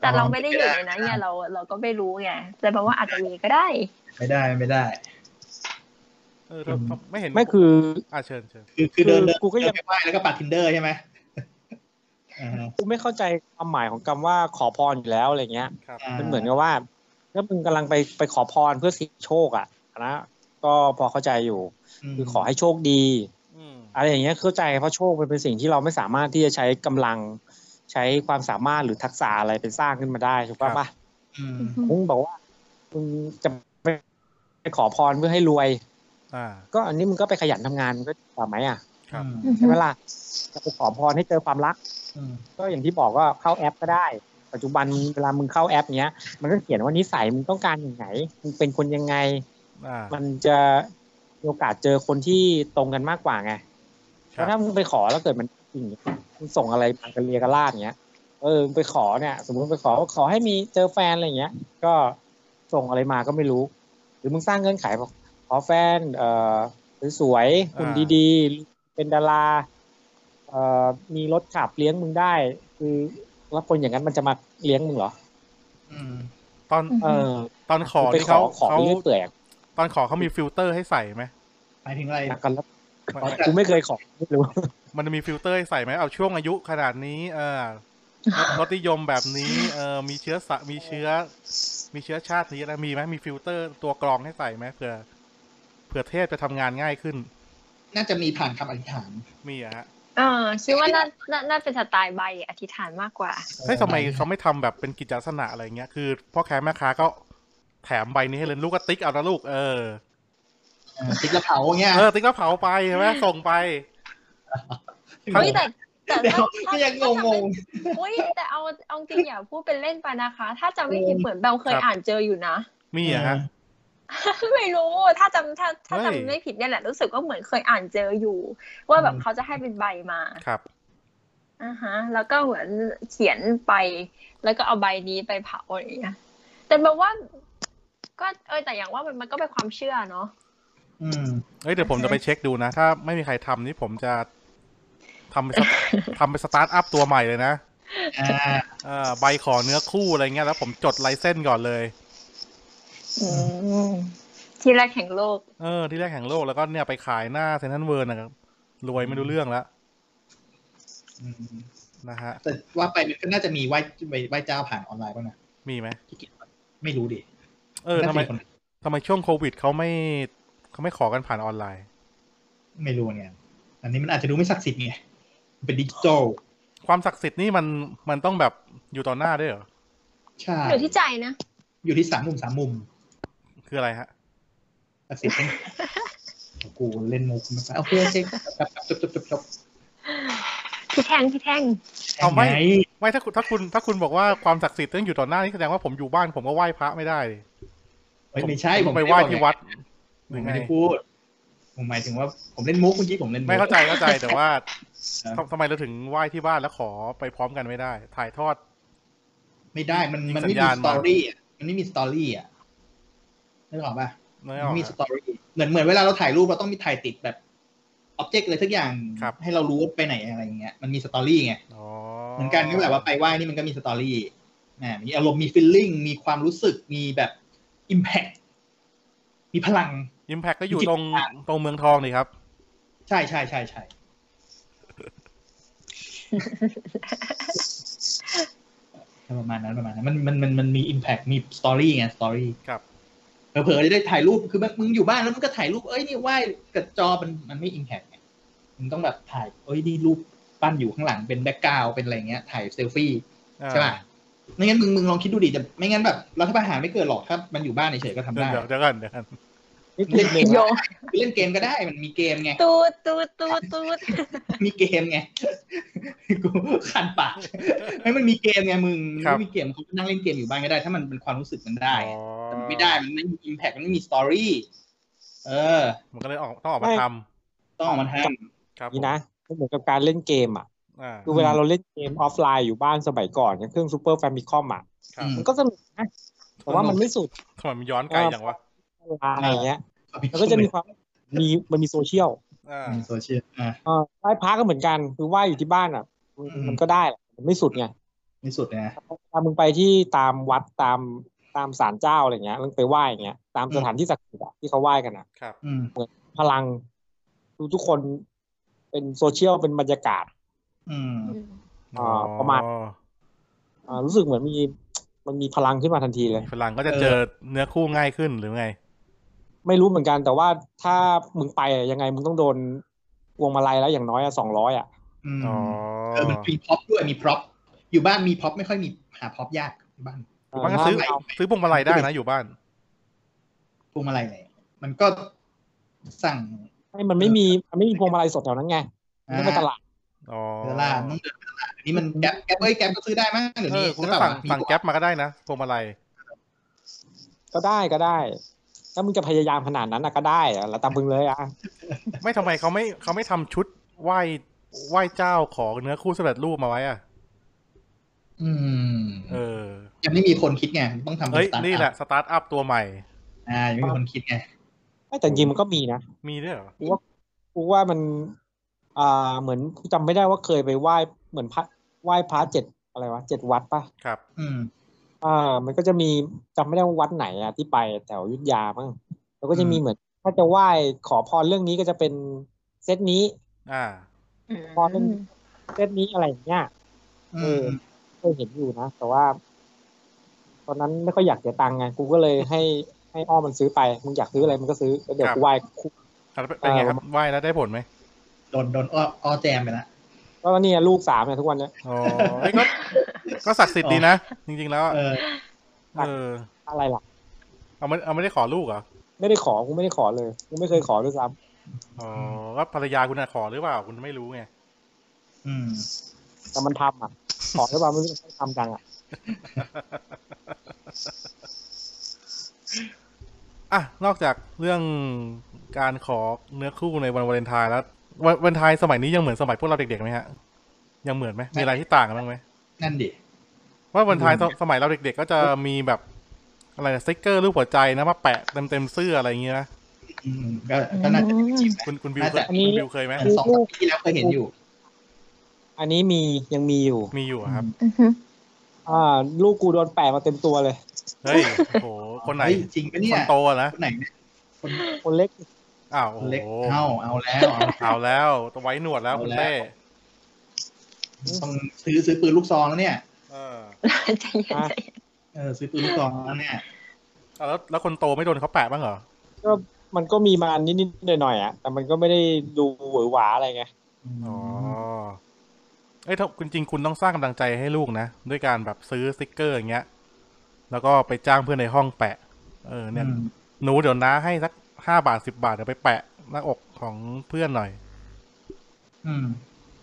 S2: แต่
S3: อ๋อ
S2: เราไม่ได้อยู่ในนั้นไงเราเราก็ไม่รู้ไงแต่แปลว่าอาจจะมีก็ได้
S3: ไม่ได้ไม่ได้
S1: เออเธอ
S3: อืม
S1: เธอไม่เห็น
S4: ไม่คือ
S1: อ่าเชิญเชิญ
S3: คือคือเดินเดิน
S4: กูก็
S3: เดิ
S4: ยั
S3: น
S4: ง
S3: ไปไหว้แล้วก็ปัดทินเดอร์ใช่ไหมอ่าฮะ
S4: กูไม่เข้าใจความหมายของคำว่าขอพรอยู่แล้วอะไรเงี้ย
S1: ครับ
S3: า
S4: มันเหมือนกับว่าถ้ามึงกำลังไปไปขอพรเพื่อเสี่ยงโชคอ่ะนะ ก็พอเข้าใจอยู่
S3: ม
S4: คือขอให้โชคดี
S1: อืม
S4: อะไรอย่างเงี้ยเข้าใจเพราะโชคมันเป็นสิ่งที่เราไม่สามารถที่จะใช้กำลัง ใช้ความสามารถหรือทักษะอะไรเป็นสร้างขึ้นมาได้ถูก
S1: ครับ
S4: ป่ะป่ะ
S3: อืม
S4: มึงบอกว่ามึงจะไปไปขอพรเพื่อให้รวย
S1: อ่า
S4: ก็อันนี้มึงก็ไปขยันทำงานก็ถูกไหมอ่ะ
S1: ครับ
S2: อืม
S4: ใช่ไหมล่ะจะไปขอพรให้เจอความรัก
S3: อืม
S4: ก็อย่างที่บอกว่าเข้าแอปก็ได้ ปัจจุบันเวลามึงเข้าแอปเนี้ย มันก็เขียนว่านิสัยมึงต้องการอย่างไหนมึงเป็นคนยังไง
S1: อ่า
S4: มันจะมีโอกาสเจอคนที่ตรงกันมากกว่าไง
S1: ครับ
S4: แล้วถ้ามึงไปขอแล้วเกิดมันจริงมึงส่งอะไรไปกันเรียกันลาดอย่างเงี้ย เออมึงไปขอเนี่ย สมมติไปขอขอให้มีเจอแฟนอะไรอย่างเงี้ย ก็ส่งอะไรมาก็ไม่รู้ หรือมึงสร้างเงื่อนไขบอกขอแฟน เอ่อสวยๆคุณดีๆ เป็นดาราเอ่อมีรถขับเลี้ยงมึงได้ คือแล้วคนอย่างนั้นมันจะมาเลี้ยงมึงเหรอ
S3: อืม
S1: ตอน
S4: เออ
S1: ตอนขอ
S4: ไป
S1: ที่เขา
S4: ขอขอ
S1: เขา
S4: ไปเรื่อยเปื่อยอะ
S1: ตอนขอเขามีฟิลเตอร์ให้ใส่ไหม
S3: หมายถึงอะไร
S4: หนักกันแล้ว
S1: มัน
S3: ขอจัด
S4: กูไม่เคยขอไม่รู้
S1: มันจะมีฟิลเตอร์ให้ใส่ไหมเอาช่วงอายุขนาดนี้ เออรสรสนิยมแบบนี้ เออมีเชื้อสะมีเชื้อ มีเชื้อชาตินี้นะมีไหมมีฟิลเตอร์ตัวกรองให้ใส่ไหมเผื่อเผื่อเทพจะทำงานง่ายขึ้น
S3: น่าจะมีผ่านคำอธิษฐาน
S1: มีอะฮะ
S2: อ่าคิดว่าน่าน่าน่าเป็นสไตล์ใบอธิษฐานมากกว่า
S1: เฮ้ยทำไมเขาไม่ทำแบบเป็นกิจลักษณะอะไรเงี้ยคือพ่อค้าแม่ค้าก็แถมใบนี้ให้เลยลูกก็ติ๊กเอานะลูกเออ
S3: เออติ๊กกระเผาอย่างเงี้ย
S1: เออติ๊กแล้วเผาไปใช่ไหมส่งไป
S2: เฮ้ยแต่แต่
S3: เดี๋ยว
S2: ถ้า
S3: ก็ยังงงง
S2: เฮ้ยแต่เอาเอาจริงอย่าพูดเป็นเล่นไปนะคะ ถ้าจำไม่ผิดเหมือนแบลเคย
S1: ครับ
S2: อ่านเจออยู่นะ
S1: มีอะฮะ
S2: ไม่รู้ถ้าจำถ้าถ้า
S1: เฮ้ย
S2: จำไม่ผิดเนี่ยแหละรู้สึกว่าเหมือนเคยอ่านเจออยู่ ว่าแบบเขาจะให้เป็นใบมา
S1: ครับ
S2: อ่าฮะ แล้วก็เหมือนเขียนไป แล้วก็เอาใบนี้ไปเผาอะไรอย่างเงี้ยแต่แบบว่า ก็เออแต่อย่างว่ามันมันก็เป็นความเชื่อเนาะ
S3: ๆอืม
S1: เอ้ยเดี๋ยวผมจะไปเช็คดูนะ ถ้าไม่มีใครทำนี่ผมจะทำไป นสต ทำไปนสตาร์ทอัพตัวใหม่เลยนะ
S3: อ่า
S1: เอ่อใบขอเนื้อคู่อะไรเงี้ยแล้วผมจดลายเส้นก่อนเลย
S2: อืมที่แรกแห่งโลก
S1: เออ ที่แรกแห่งโลกแล้วก็เนี่ยไปขายหน้าเซนทันเวิร์นะครับรวยไม่รู้เรื่องแล้ว
S3: อืม
S1: นะฮะ
S3: แต่ว่าไปมันก็น่าจะมีไหว้ไหว้เจ้าผ่านออนไลน์บ้างนะ
S1: มีไหม
S3: ที่เกียจไม่รู้ดิ
S1: เออ
S3: น่า
S1: ทำ
S3: จะ
S1: ไม
S3: คน
S1: ทำไมช่วงโควิดเขาไม่เขาไม่ขอกันผ่านออนไลน์
S3: ไม่รู้เนี่ย อันนี้มันอาจจะดูไม่ศักดิ์สิทธิ์ไงมันเป็นดิจิตอล
S1: ความศักดิ์สิทธิ์นี่มันมันต้องแบบอยู่ต่อหน้าด้วยเหรอ
S3: ใช่
S2: อยู่ที่ใจนะ
S3: อยู่ที่สามมุมสามมุม
S1: คืออะไรฮะ
S3: ศักดิ์สิทธิ์ไหม กูเล่นมุกมาโอเคโอเคจบจบจบจบ
S2: พี่แท่งพี่แท่ง
S1: เอาไม่
S3: ไง
S1: ไม่ถ้าคุณถ้าคุณถ้าคุณบอกว่าความศักดิ์สิทธิ์ต้องอยู่ต่อหน้านี่แสดงว่าผมอยู่บ้านผมก็ไหว้พระไม่ได้ดิ
S3: เฮ้ยไม่ใช่ผม
S1: ไป
S3: ม่
S1: ไหว้
S3: ด้บอก
S1: ที่วัดห
S3: ผ
S1: รือ
S3: ม
S1: ไง
S3: ไม่ได้พูด ผมหมายถึงว่าผมเล่นมุกเมื่อกี้ผมเล่นก
S1: ไม่เข้าใจเข้าใจแต่ว่า
S3: เออ
S1: ทำทำไมเราถึงไหว้ที่บ้านแล้วขอไปพร้อมกันไม่ได้ ถ่ายทอด
S3: ไม่ได้ มัน
S1: ยิง
S3: มัน
S1: สัญ
S3: ไม่
S1: ญา
S3: มี
S1: ณ
S3: ส
S1: มา
S3: ตอรี่อ่ะมันไม่มีสตอรี่อ่ะนึกออกปะ
S1: ไม่อ
S3: มั
S1: อก
S3: นมีส
S1: อะ
S3: ตอรี่เหมือนเหมือนเวลาเราถ่ายรูปเราต้องมีถ่ายติดแบบอ็อบเจกต์อะไรทุกอย่าง
S1: ครับ
S3: ให้เรารู้ว่าไปไหนอะไรอย่างเงี้ยมันมีสตอรี่ไง
S1: อ๋อ
S3: เหมือนกันก็แบบว่าไปไหว้นี่มันก็มีสตอรี่นะมีอารมณ์มีฟีลลิ่งมีความรู้สึกมีแบบอิมแพ t มีพลัง
S1: ยิมแพคก็อยู่
S3: จริงๆ
S1: ตรงตรงเมืองทองนี่ครับ
S3: ใช่ใช่ใช่ใช่ประมาณนั้นประมาณนั้นมันมันมันมันมีอิมแพ t มีสตอรี่ไงสตอรี่
S1: ครับ
S3: เผลอๆจะได้ถ่ายรูปคือแบบมึงอยู่บ้านแล้วมึงก็ถ่ายรูปเอ้ยนี่ไหว้กับจอมันมันไม่อิมแพ t ไงมึงต้องแบบถ่ายเอ้ยนี่รูปปั้นอยู่ข้างหลังเป็นแบ็กกราวเป็นอะไรเงี้ยถ่ายเซลฟี่ใช่ป่ะไม่งั้นมึงมึงลองคิดดูดิจะไม่งั้นแบบรัฐประหารไม่เกิดหรอกถ้ามันอยู่บ้านเฉยๆก็ทำ
S1: เดี๋ยว
S3: ได้
S1: เดี๋ยวกันเดี๋ยวกัน
S4: นี่คือหนึ่ง
S2: โย
S3: เล่นเกมก็ได้มันมีเกม ไง
S2: ตูดตูดตูดตูด
S3: มีเกมไง กูขัน ปากให้มันมีเกมไงมึงมันไม่มีเกมเขานั่งเล่นเกมอยู่บ้านก็ได้ ถ้ามันเป็นความรู้สึกมันได้
S1: อ๋อ
S3: แต่มันไม่ได้มันไม่มีอิมแพคมันไม่มีสตอรี่เออ
S1: มันก็เลยออกต้องออกมาท
S3: ต้องออกมาท
S1: ำครับ
S4: นี่นะมันเหมือนกับการเล่นเกมอ่ะ
S1: อ่า
S4: คือเวลาเราเล่นเกมออฟไลน์อยู่บ้านสมัยก่อนอย่างเครื่องซูเปอร์แฟมิคอมอ่ะ
S1: ครับ
S3: อืม
S4: มันก็สนุกนะ แต่ว่ามันไม่สุด
S1: ทำไมมันย้อนไกลอย่างวะ
S4: เวลาอะไรเงี้ย
S3: ำ
S4: มันก็จะมีความมีมันมีโซเชียล
S1: อ่า
S3: มีโซเชียลอ่ะ
S4: เอ่อไหว้พระก็เหมือนกัน คือไหว้อยู่ที่บ้านอ่ะ มัน
S3: อืม
S4: มันก็ได้แหละมันไม่สุดไง
S3: นี่สุดนะ
S4: ตามมึงไปที่ตามวัดตามตามศาลเจ้าอะไรเงี้ยแล้วไปไหว้อย่างเงี้ย ตาม
S3: อืม
S4: สถานที่ศักดิ์สิทธิ์อะที่เขาไหว้กันอ่ะ
S1: ครับ
S3: อืม
S4: พลังทุกทุกคนเป็นโซเชียลเป็นบรรยากาศ
S3: อืม
S4: อ่าประมาณ อ่ารู้สึกเหมือนมีมันมีพลังขึ้นมาทันทีเลย
S1: ฝรั่งก็จะเจอเนื้อคู่ง่ายขึ้นหรือไง
S4: ไม่รู้เหมือนกันแต่ว่าถ้ามึงไปอะยังไงมึงต้องโดนพวงมาลัยแล้วอย่างน้อยสองร้อยอ่ะ
S3: อืม
S1: อ๋อ
S3: เออมันมีพร็อพด้วยมีพร็อพอยู่บ้านมีพร็อพไม่ค่อยมีหาพร็อพยากอยู่บ้าน
S1: มันก็ซื้อ
S4: เอา
S1: ซื้อพวงมาลัยได้นะอยู่บ้าน
S3: พวงมาลัยไหนมันก็สั่ง
S4: ไม่มันไม่มีมันไม่มีพวงมาลัยสดแถวนั้นไงมันต้องไปตลาด
S1: อ๋อ
S3: เวลาดต้องเดินไปตลาดอันนี้มันแก๊ปแก๊ปเอ้ยแก๊ปก็ซื้อได้มั้งเดี๋ยว
S1: เอ
S3: นี้
S1: อคุณ
S3: ใช่
S1: ก็
S3: ปะ
S1: สั่ง
S3: มี
S1: สั่งแก๊ปมาก็ได้นะพวงมาลัย
S4: ก็ได้ก็ได้ ถ้ามึงจะพยายามขนาดนั้นอะก็ได้อะแล้วแต่มึงเลยอ่ะ
S1: ไม่ทำไมเขาไม่เขาไม่ทำชุดไหว้ไหว้เจ้าของเนื้อคู่สำเร็จรูปมาไว้อ่ะ
S3: อืม
S1: เออ
S3: ยังไม่มีคนคิดไงต้องทำเป็
S1: เฮ้ย
S3: สตาร์ท
S1: นี่แห
S3: อั
S1: ละ
S3: พ
S1: สตาร์ทอัพตัวใหม่
S3: อ่ายังไม่มีคนคิดไง
S4: ไม่แต่จริงมันก็มีนะ
S1: มีด้วยเหรอ
S4: กูว่ากูว่ามัน อ่าเหมือนกูจำไม่ได้ว่าเคยไปไหว้เหมือนพระไหว้พระเจ็ดอะไรวะเจ็ดวัดปะ
S1: ครับ
S3: อืม
S4: อ่า มันก็จะมีจำไม่ได้ว่าวัดไหนอะที่ไปแถวอยุทธยามั้งแล้วก็จะมี
S3: อืม
S4: เหมือน ถ้าจะไหว้ขอพรเรื่องนี้ก็จะเป็นเซตนี้
S1: อ่า
S4: พอเป็นเซตนี้อะไรอย่างเงี้ย
S3: อืม
S4: เคยเห็นอยู่นะ แต่ว่า ตอนนั้นไม่ค่อยอยากเสียตังค์ไงกูก็เลยให้ให้อ้อมมันซื้อไปมึงอยากซื้ออะไรมึงก็ซื้อแล้วเดี๋ยว
S1: ครับ
S4: กูไหว้ครู
S1: แล้วเป็นไงครับไหว้แล้วได้ผลไหม
S3: โดนโดนอ้ออ้อแจมไปละ
S4: แล้วก็เนี่ยลูกสามเนี่ยทุกวันเนี่ย
S1: อ๋อเอ้ยก็ก็ศักดิ์สิทธิ์ดีนะ จริง ๆ แล้วอะ
S3: เออ
S1: เออ
S4: อะไรล่ะ
S1: เอาไม่เอาไม่ได้ขอลูกเหรอ
S4: ไม่ได้ขอกูไม่ได้ขอเลยกูไม่เคยขอด้วยซ้
S1: อ๋อก็ภรรยาคุณน่ะขอหรือเปล่า คุณไม่รู้ไง
S3: อืม
S4: ำแต่มันทำอ่ะ ขอหรือเปล่าไม่รู้มันทำจังอ่ะ
S1: อ่ะ นอกจากเรื่องการขอเนื้อคู่ในวันวาเลนไทน์แล้ววันวาเลนไทน์สมัยนี้ยังเหมือนสมัยพวกเราเด็กๆไหมฮะ ยังเหมือนไหมมีอะไรที่ต่างกันบ้างไหม
S3: นั่นดิ
S1: ว่าวันไทาย
S3: อืม
S1: สมัยเราเด็กๆ ก็จะมีแบบอะไรนะสติ๊กเกอร์รูปหัวใจนะมาแปะเต็มเต็มๆเสื้ออะไรอย่างเงี้ยนะ
S3: อืมก็ก็น่าจะเป็นจริงนะ
S1: คุณคุณบิวเค
S3: น่าจะ
S1: ยคุณบิวเคยไหม
S3: เหมือนสองสามปีที่แล้วเคยเห็นอยู่
S4: อันนี้มียังมีอยู่
S1: มีอยู่อะครับ
S4: อ่า ลูกกูโดนแปะมาเต็มตัวเลย
S1: เฮ้ยโอ้โหคนไหน
S3: เฮ้ยจริงปะเนี่
S1: ค
S3: ย
S1: นโตอะนะ
S3: คนไหนเนี่ยคน
S4: คนเล็ก
S1: อ้าวโอ้โห
S3: เล็กเอ้าเอาแล้วเอา
S1: เอาแล้วไว้หนวดแล้วคุณเต้
S3: ต้องซื้อซื้อปืนลูกซองแล้วเนี่ย
S1: เออ
S2: ใจเย็นใจเย็น
S3: เออซื้อปืนลูกซองแล้วเนี่ย
S1: เอาแล้วแล้วคนโตไม่โดนเขาแปะบ้างเหรอ
S4: ก็มันก็มีมานิดๆหน่อยๆอ่ะแต่มันก็ไม่ได้ดูหวือหวาอะไรไง
S1: อ๋อเอ้ยถ้าคุณจริงคุณต้องสร้างกำลังใจให้ลูกนะ ด้วยการแบบซื้อสติ๊กเกอร์อย่างเงี้ย แล้วก็ไปจ้างเพื่อนในห้องแปะ เออเนี่ย หนูเดี๋ยวน้าให้สักห้าบาทสิบาทเดี๋ยวไปแปะหน้าอกของเพื่อนหน่อย
S3: อืม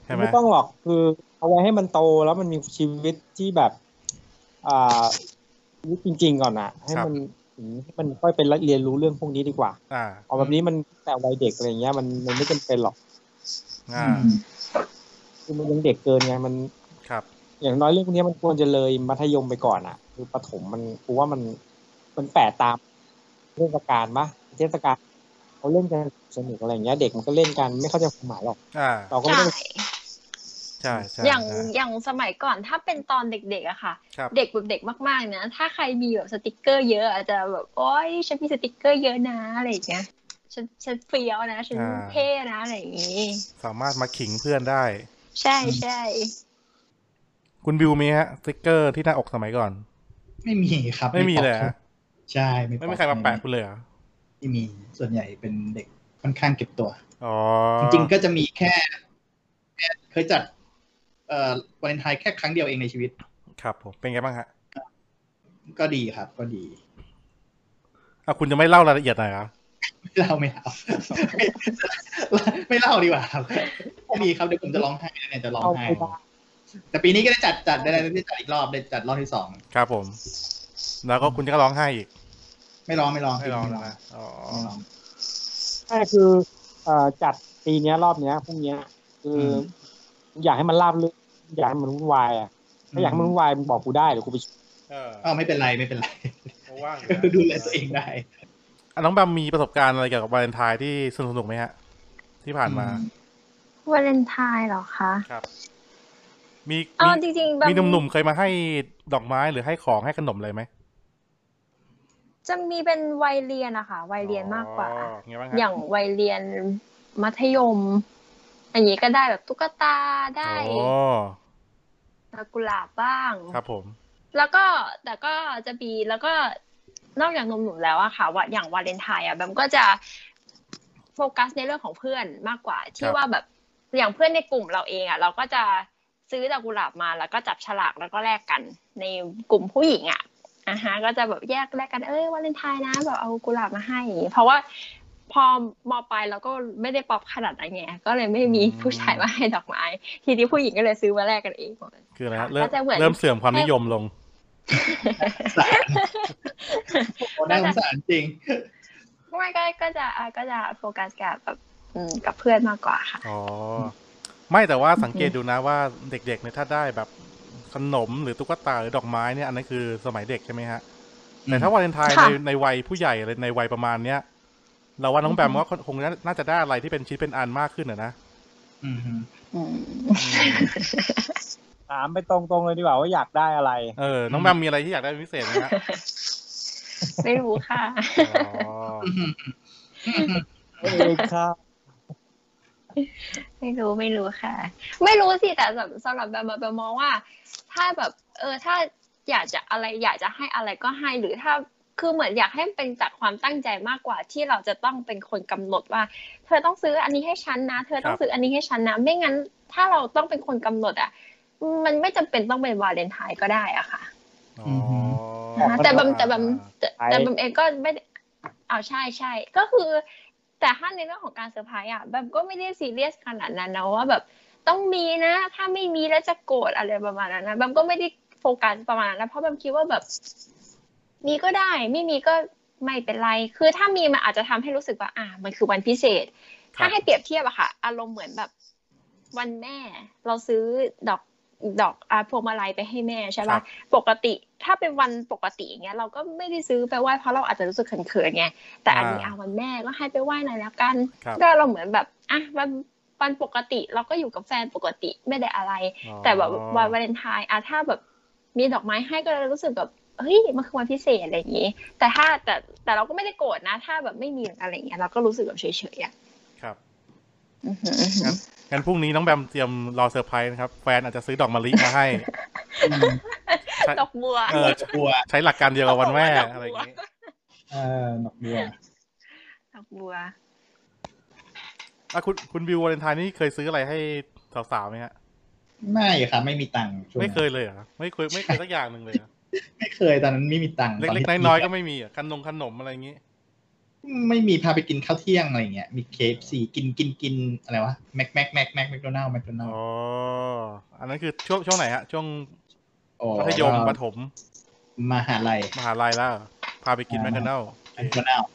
S1: ใช่ไหม
S4: ไม่ต้องหรอกคือเอาไว้ให้มันโตแล้วมันมีชีวิตที่แบบ อ่าชีวิตจริง ๆ ก่อนอะให้มันถึงให้มันค่อยเป็นเรียนรู้เรื่องพวกนี้ดีกว่า
S1: อ่า
S4: เอาแบบนี้มันแต่วัยเด็กอะไรเงี้ยมันมันไม่จำเป็นหรอก
S1: อ่า
S4: คือมันยังเด็กเกินไงมัน
S1: ครับ
S4: อย่างน้อยเรื่องพวกนี้มันควรจะเลยมัธยมไปก่อนอะคือประถมมันกูว่ามันมันแปะตามเทศกาลปะเทศกาลเขาเล่นกันสนุกอะไรเงี้ย เด็กมันก็เล่นกันไม่เข้าใจความหมายหรอก
S1: อ่า
S4: เราก็ไม่
S2: ใช่
S4: ต้อง
S1: ใช่ใช่
S2: อย่าง
S1: ใช่
S2: อย่างสมัยก่อนถ้าเป็นตอนเด็กๆอะค่ะ
S1: ครับ
S2: เด็กแบบเด็กมากๆนะ ถ้าใครมีแบบสติกเกอร์เยอะอาจจะแบบโอ๊ยฉันมีสติกเกอร์เยอะนะอะไรอย่างเงี้ยฉันฉันเฟี้ยวนะ ฉัน
S1: อ่า
S2: เท่นะอะไรอย่างงี้
S1: สามารถมาขิงเพื่อนได้
S2: ใช่ใช่
S1: คุณบิวมีฮะสติ๊กเกอร์ที่หน้าอกสมัยก่อน
S3: ไม่มีครับ
S1: ไม่มีเลยเหรอ
S3: ใช่ป
S1: ไม่
S3: อก
S1: มีใครมาแปะคุณเลยเหรอ
S3: ไม่มี ส่วนใหญ่เป็นเด็กค่อนข้างเก็บตัว
S1: อ๋อ
S3: จริงๆก็จะมีแค่แค่เคยจัด เอ่อวันเลนไทน์แค่ครั้งเดียวเองในชีวิต
S1: ครับผมเป็นไงบ้างฮะ
S3: ก็ดีครับ ก็ดี
S1: อ่ะคุณจะไม่เล่ารายละเอียดหน่อยเหรอ
S3: ไม่เล่าไม่เล่าไม่ไม่เล่าดีกว่าครับไม่มีครับเดี๋ยวผมจะร้องไห้เนี่ยจะร้อง
S4: เอา
S3: ไห้
S4: ไปบ้าง
S3: แต่ปีนี้ก็ได้จัดจัดได้ได้จัดอีกรอบได้จัดรอบที่สอง
S1: ครับผม แล้วก็คุณจะร้องไห้อีก
S3: ไม่ร้องไม่ร้อง
S1: ไม่ร้อง
S3: ไม่
S1: แล้ว
S3: ร้อง
S1: นะอ๋อ
S3: ไม่ร้อง
S4: ใช่คือเอ่อจัดปีเนี้ยรอบเนี้ยพรุ่งเนี้ย คืออ
S3: ม
S4: อยากให้มันราบรื่นอยากให้มันวุ่นวายอ่ะถ้าอยากให้มันวุ่นวายมึงบอกกูได้เดี๋ยวกูไปช่วย
S1: เออ
S3: เอ้าไม่เป็นไรไม่เป็นไร
S1: เพราะว่างอยู่นะ
S3: ดูแลตัวเองได้
S1: อ่ะน้องแบมมีประสบการณ์อะไรเกี่ยวกับวาเลนไทน์ที่สนุกสนุกๆไหมฮะ ที่ผ่านมา
S2: วาเลนไทน์เหรอคะ
S1: ครับ มี
S2: อ๋อ
S1: มี
S2: จริงๆแบบ
S1: มีหนุ่มๆเคยมาให้ดอกไม้หรือให้ของให้ขนมเลยไหม
S2: จะมีเป็นวัยเรียนอะค่ะวัยเรียนมากกว่า
S1: อ๋อไงบ้าง
S2: อ
S1: ฮะ
S2: ย่างวัยเรียนมัธยมอย่างนี้ก็ได้แบบตุ๊กตาได้
S1: โอ้
S2: ดอกกุหลาบบ้าง
S1: ครับผม
S2: แล้วก็แต่ก็จะมีแล้วก็ นอกจากนมหนูแล้วอะค่ะว่าอย่างวาเลนไทน์อะแบมก็จะโฟกัสในเรื่องของเพื่อนมากกว่า
S1: ค
S2: ที่
S1: รับ
S2: ว่าแบบอย่างเพื่อนในกลุ่มเราเองอะเราก็จะซื้อดอกกุหลาบมาแล้วก็จับฉลากแล้วก็แลกกัน ในกลุ่มผู้หญิงอะอ่ะฮะ ก็จะแบบแยกแลกกันเอ้ยวาเลนไทน์นะแบบเอากุหลาบมาให้อย่างงี้เพราะว่าพอมอปลายเราก็ไม่ได้ป๊อปขนาดนั้นไงก็เลยไม่มีผู้ชายมาให้ดอกไม้ ทีนี้ผู้หญิงก็เลยซื้อมาแลกกันเองหมด
S1: คืออะไรฮะ
S2: ค่ะ
S1: เริ่ม
S2: ก็จะเหมือน
S1: เริ่มเสื่อมความนิยมลง
S3: โอ้น่าสงสารจริง
S2: ไม่ก็ก็จะอ่าก็จะโฟกัสกับแบบอืมกับเพื่อนมากกว่าค่ะ
S1: อ๋อ ไม่แต่ว่าสังเกตดูนะว่าเด็กๆเนี่ยถ้าได้แบบขนมหรือตุ๊กตาหรือดอกไม้เนี่ยอันนั้นคือสมัยเด็กใช่ไหมฮะ แต่ถ้าวาเลนไทน์
S2: ค่ะ
S1: ในในวัยผู้ใหญ่เลยในวัยประมาณเนี้ยเราว่าน้องแบมว่าคงน่าจะได้อะไรที่เป็นชิ้นเป็นอันมากขึ้น อะนะ
S3: อืมฮึ
S2: อืม
S4: ถามไปตรงๆเลยดีกว่าว่าอยากได้อะไร
S1: เออ น้องแบมมีอะไรที่อยากได้เป็นพิเศษไหมฮะ
S2: ไม่รู้ค่ะ
S1: อ๋อ
S3: อืมฮึ
S4: เออครับ
S2: ไม่รู้ไม่รู้ค่ะ ไม่รู้สิแต่สำสำหรับแบมอะแบมมองว่า ถ้าแบบเออถ้าอยากจะอะไรอยากจะให้อะไรก็ให้หรือถ้าคือเหมือนอยากให้มันเป็นจากความตั้งใจมากกว่าที่เราจะต้องเป็นคนกำหนดว่า เธอต้องซื้ออันนี้ให้ฉันนะ เธอต้องซื้ออันนี้ให้ฉันนะ ไม่งั้น ถ้าเราต้องเป็นคนกำหนดอ่ะ มันไม่จำเป็นต้องเป็นวาเลนไทน์ก็ได้อ่ะค่ะ
S1: อ๋อ
S2: แต่แบมแต่แบมแต่แต่แบมเองก็ไม่ได้เอาใช่ใช่ก็คือ แต่ถ้าในเรื่องของการเซอร์ไพรส์อ่ะแบมก็ไม่ได้ซีเรียสขนาดนั้นนะว่าแบบต้องมีนะ ถ้าไม่มีแล้วจะโกรธอะไรประมาณนั้นนะแบมก็ไม่ได้โฟกัสประมาณนั้นนะเพราะแบมคิดว่าแบบ มีก็ได้ ไม่มีก็ไม่เป็นไร คือถ้ามีมันอาจจะทำให้รู้สึกว่า อ่ะมันคือวันพิเศษ ถ้าให้เปรียบเทียบอะค่ะ อารมณ์เหมือนแบบวันแม่ เราซื้อดอกดอกอาพวงมาลัยไปให้แม่ใช่ปะปกติ ถ้าเป็นวันปกติอย่างเงี้ยเราก็ไม่ได้ซื้อไปไหว้เพราะเราอาจจะรู้สึกเขินๆไงแต่อันนี้
S1: า
S2: เอาวันแม่ก็ให้ไปไหว้หน่อยแล้วกัน
S1: ครับ
S2: ก็เราเหมือนแบบอ่ะวันวันปกติเราก็อยู่กับแฟนปกติไม่ได้อะไร แต่แบบวันวาเลนไทน์อะถ้าแบบมีดอกไม้ให้ก็เลยรู้สึกแบบเฮ้ยมันคือวันพิเศษอะไรอย่างงี้ แต่ถ้าแต่แต่เราก็ไม่ได้โกรธนะ ถ้าแบบไม่มีอะไรอย่างเงี้ยเราก็รู้สึกแบบเฉยๆอะ
S1: ครับ
S2: อือหือ
S1: งั้นพรุ่งนี้น้องแบมเตรียมรอเซอร์ไพรส์นะครับ แฟนอาจจะซื้อดอกมะลิมาให้ ใช่
S2: ดอกบัว
S1: เออ
S3: ดอกบัว
S1: ใช้หลักการเดียวกับวันแม่อะไรอย่างงี้
S3: เออดอกบัว
S2: ดอกบัว
S1: อ่ะคุณคุณบิววาเลนไทน์นี่เคยซื้ออะไรให้สาวๆไหมฮะ
S3: ไม่ค่ะ ไม่มีตังค์ช่วง
S1: ไม่
S3: นั้น
S1: เคยเลยเหรอไม่เคยไม่เคยสักอย่างหนึ่งเลยเหรอ
S3: ไม่เคยตอนนั้นไม่มีตังค์
S1: เล็กๆ
S3: ตที่
S1: น้อยๆก็ไม่มีอ่ะขนมขนมอะไรอย่างงี้
S3: ไม่มีพาไปกินข้าวเที่ยงอะไรอย่างเงี้ยมีเคฟซีกินกินกินอะไรวะแม็กแม็กแม็กแม็กแมคโดนัลด์แมคโดนัล
S1: อ๋อ
S3: ด์
S1: อันนั้นคือช่วงช่วงไหนฮะ ช่วง
S3: โอ้
S1: มัธยมป
S3: แล้ว
S1: ฐม
S3: มหาลัย
S1: มหาลัยแล้วเหรอพาไปกินแมคโดนัลล์โอ
S3: แม
S1: เค
S3: คโดนัลด์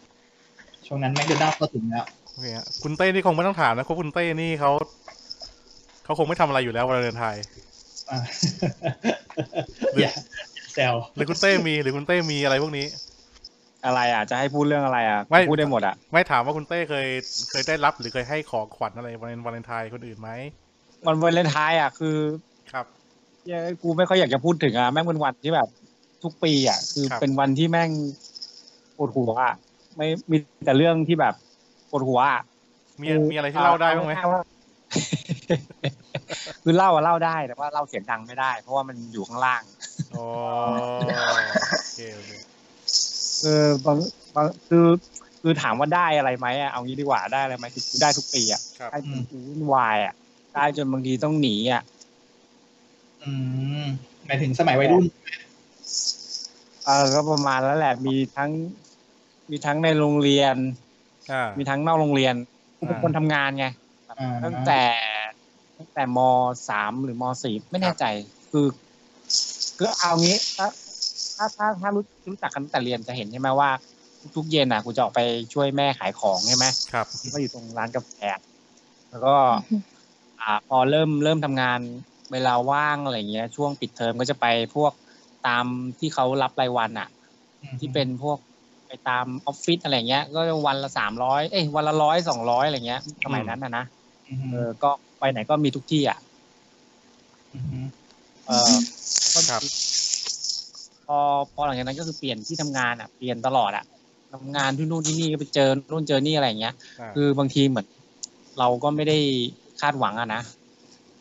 S3: ช่วงนั้นแมคโดนัลด์ก็ถึงแล้ว
S1: โอเคฮะคุณเต้นี่คงไม่ต้องถามนะเพราะคุณเต้นี่เขาเขาคงไม่ทำอะไรอยู่แล้ววาเลนไทน์
S3: อ่ะอย่าแซว
S1: หรือคุณเต้มีหรือคุณเต้มีอะไรพวกนี้
S4: อะไรอ่ะจะให้พูดเรื่องอะไรอ่ะ
S1: ไม่
S4: พูดได้หมดอ่ะ
S1: ไม่ถามว่าคุณเต้เคยเคยได้รับหรือเคยให้ของขวัญอะไรวาเลนวาเลนไทน์คนอื่นไหม
S4: วันวาเลนไทน์อ่ะคือ
S1: ครับ
S4: เหี้ยกูไม่ค่อยอยากจะพูดถึงอ่ะแม่งเป็นวันที่แบบ ทุกปีอ่ะคือ
S1: ครับ
S4: เป็นวันที่แม่งปวดหัวอ่ะไม่มีแต่เรื่องที่แบบปวดหัวอ่ะ
S1: มีมีอะไรที่เล่าได้บ้างไหม
S4: เอว่า คือเล่าอะเล่าได้แต่ว่าเล่าเสียงดังไม่ได้ เพราะว่ามันอยู่ข้างล่าง
S1: อ๋อโอเคโอเค
S4: เออบางบางคือคือถามว่าได้อะไรไหมอ่ะเอางี้ดีกว่าได้อะไรไหมคือได้ทุกปีอ่ะ
S1: ครับ
S4: ได้จนกูวุ่นวายอ่ะได้จนบางทีต้องหนีอ่ะ
S3: อืมหมายถึงสมัยวัยรุ่น
S4: เออก็ประมาณแล้วแหละมีทั้ง มีทั้งในโรงเรียน
S1: อ่า
S4: มีทั้งนอกโรงเรียนกูเป็นคนทำงานไง
S3: อ่า
S4: ตั้งแต่ตั้งแต่มสามหรือมสี่ไม่แน่ใจ คือคือเอางี้ถ้าถ้าถ้าถ้ารู้รู้จักกันตั้งแต่เรียนจะเห็นใช่ไหมว่า ทุกๆเย็นอ่ะกูจะออกไปช่วยแม่ขายของใช่ไหม
S1: ครับ
S4: ก็อยู่ตรงร้านกาแฟแล้วก็ อ่าพอเริ่มเริ่มทำงานเวลาว่างอะไรเงี้ย ช่วงปิดเทอมก็จะไปพวกตามที่เขารับรายวันอ่ะ ที่เป็นพวกไปตามออฟฟิศอะไรเงี้ย ก็วันละสามร้อยเอ้ยวันละร้อยสองร้อยอะไรเงี้ยสมัยนั้นนะนะ
S3: อืม
S4: เออก็ไปไหนก็มีทุกที่อ่ะ
S3: อืม
S4: เออก็
S1: ครับ
S4: พอพอหลังจากนั้นก็คือเปลี่ยนที่ทำงานอ่ะเปลี่ยนตลอดอ่ะทำงานที่นู่นที่นี่ก็ไปเจอนู่นเจอนี่อะไรเงี้ย
S1: อ่า
S4: คือบางทีเหมือนเราก็ไม่ได้คาดหวังอะนะ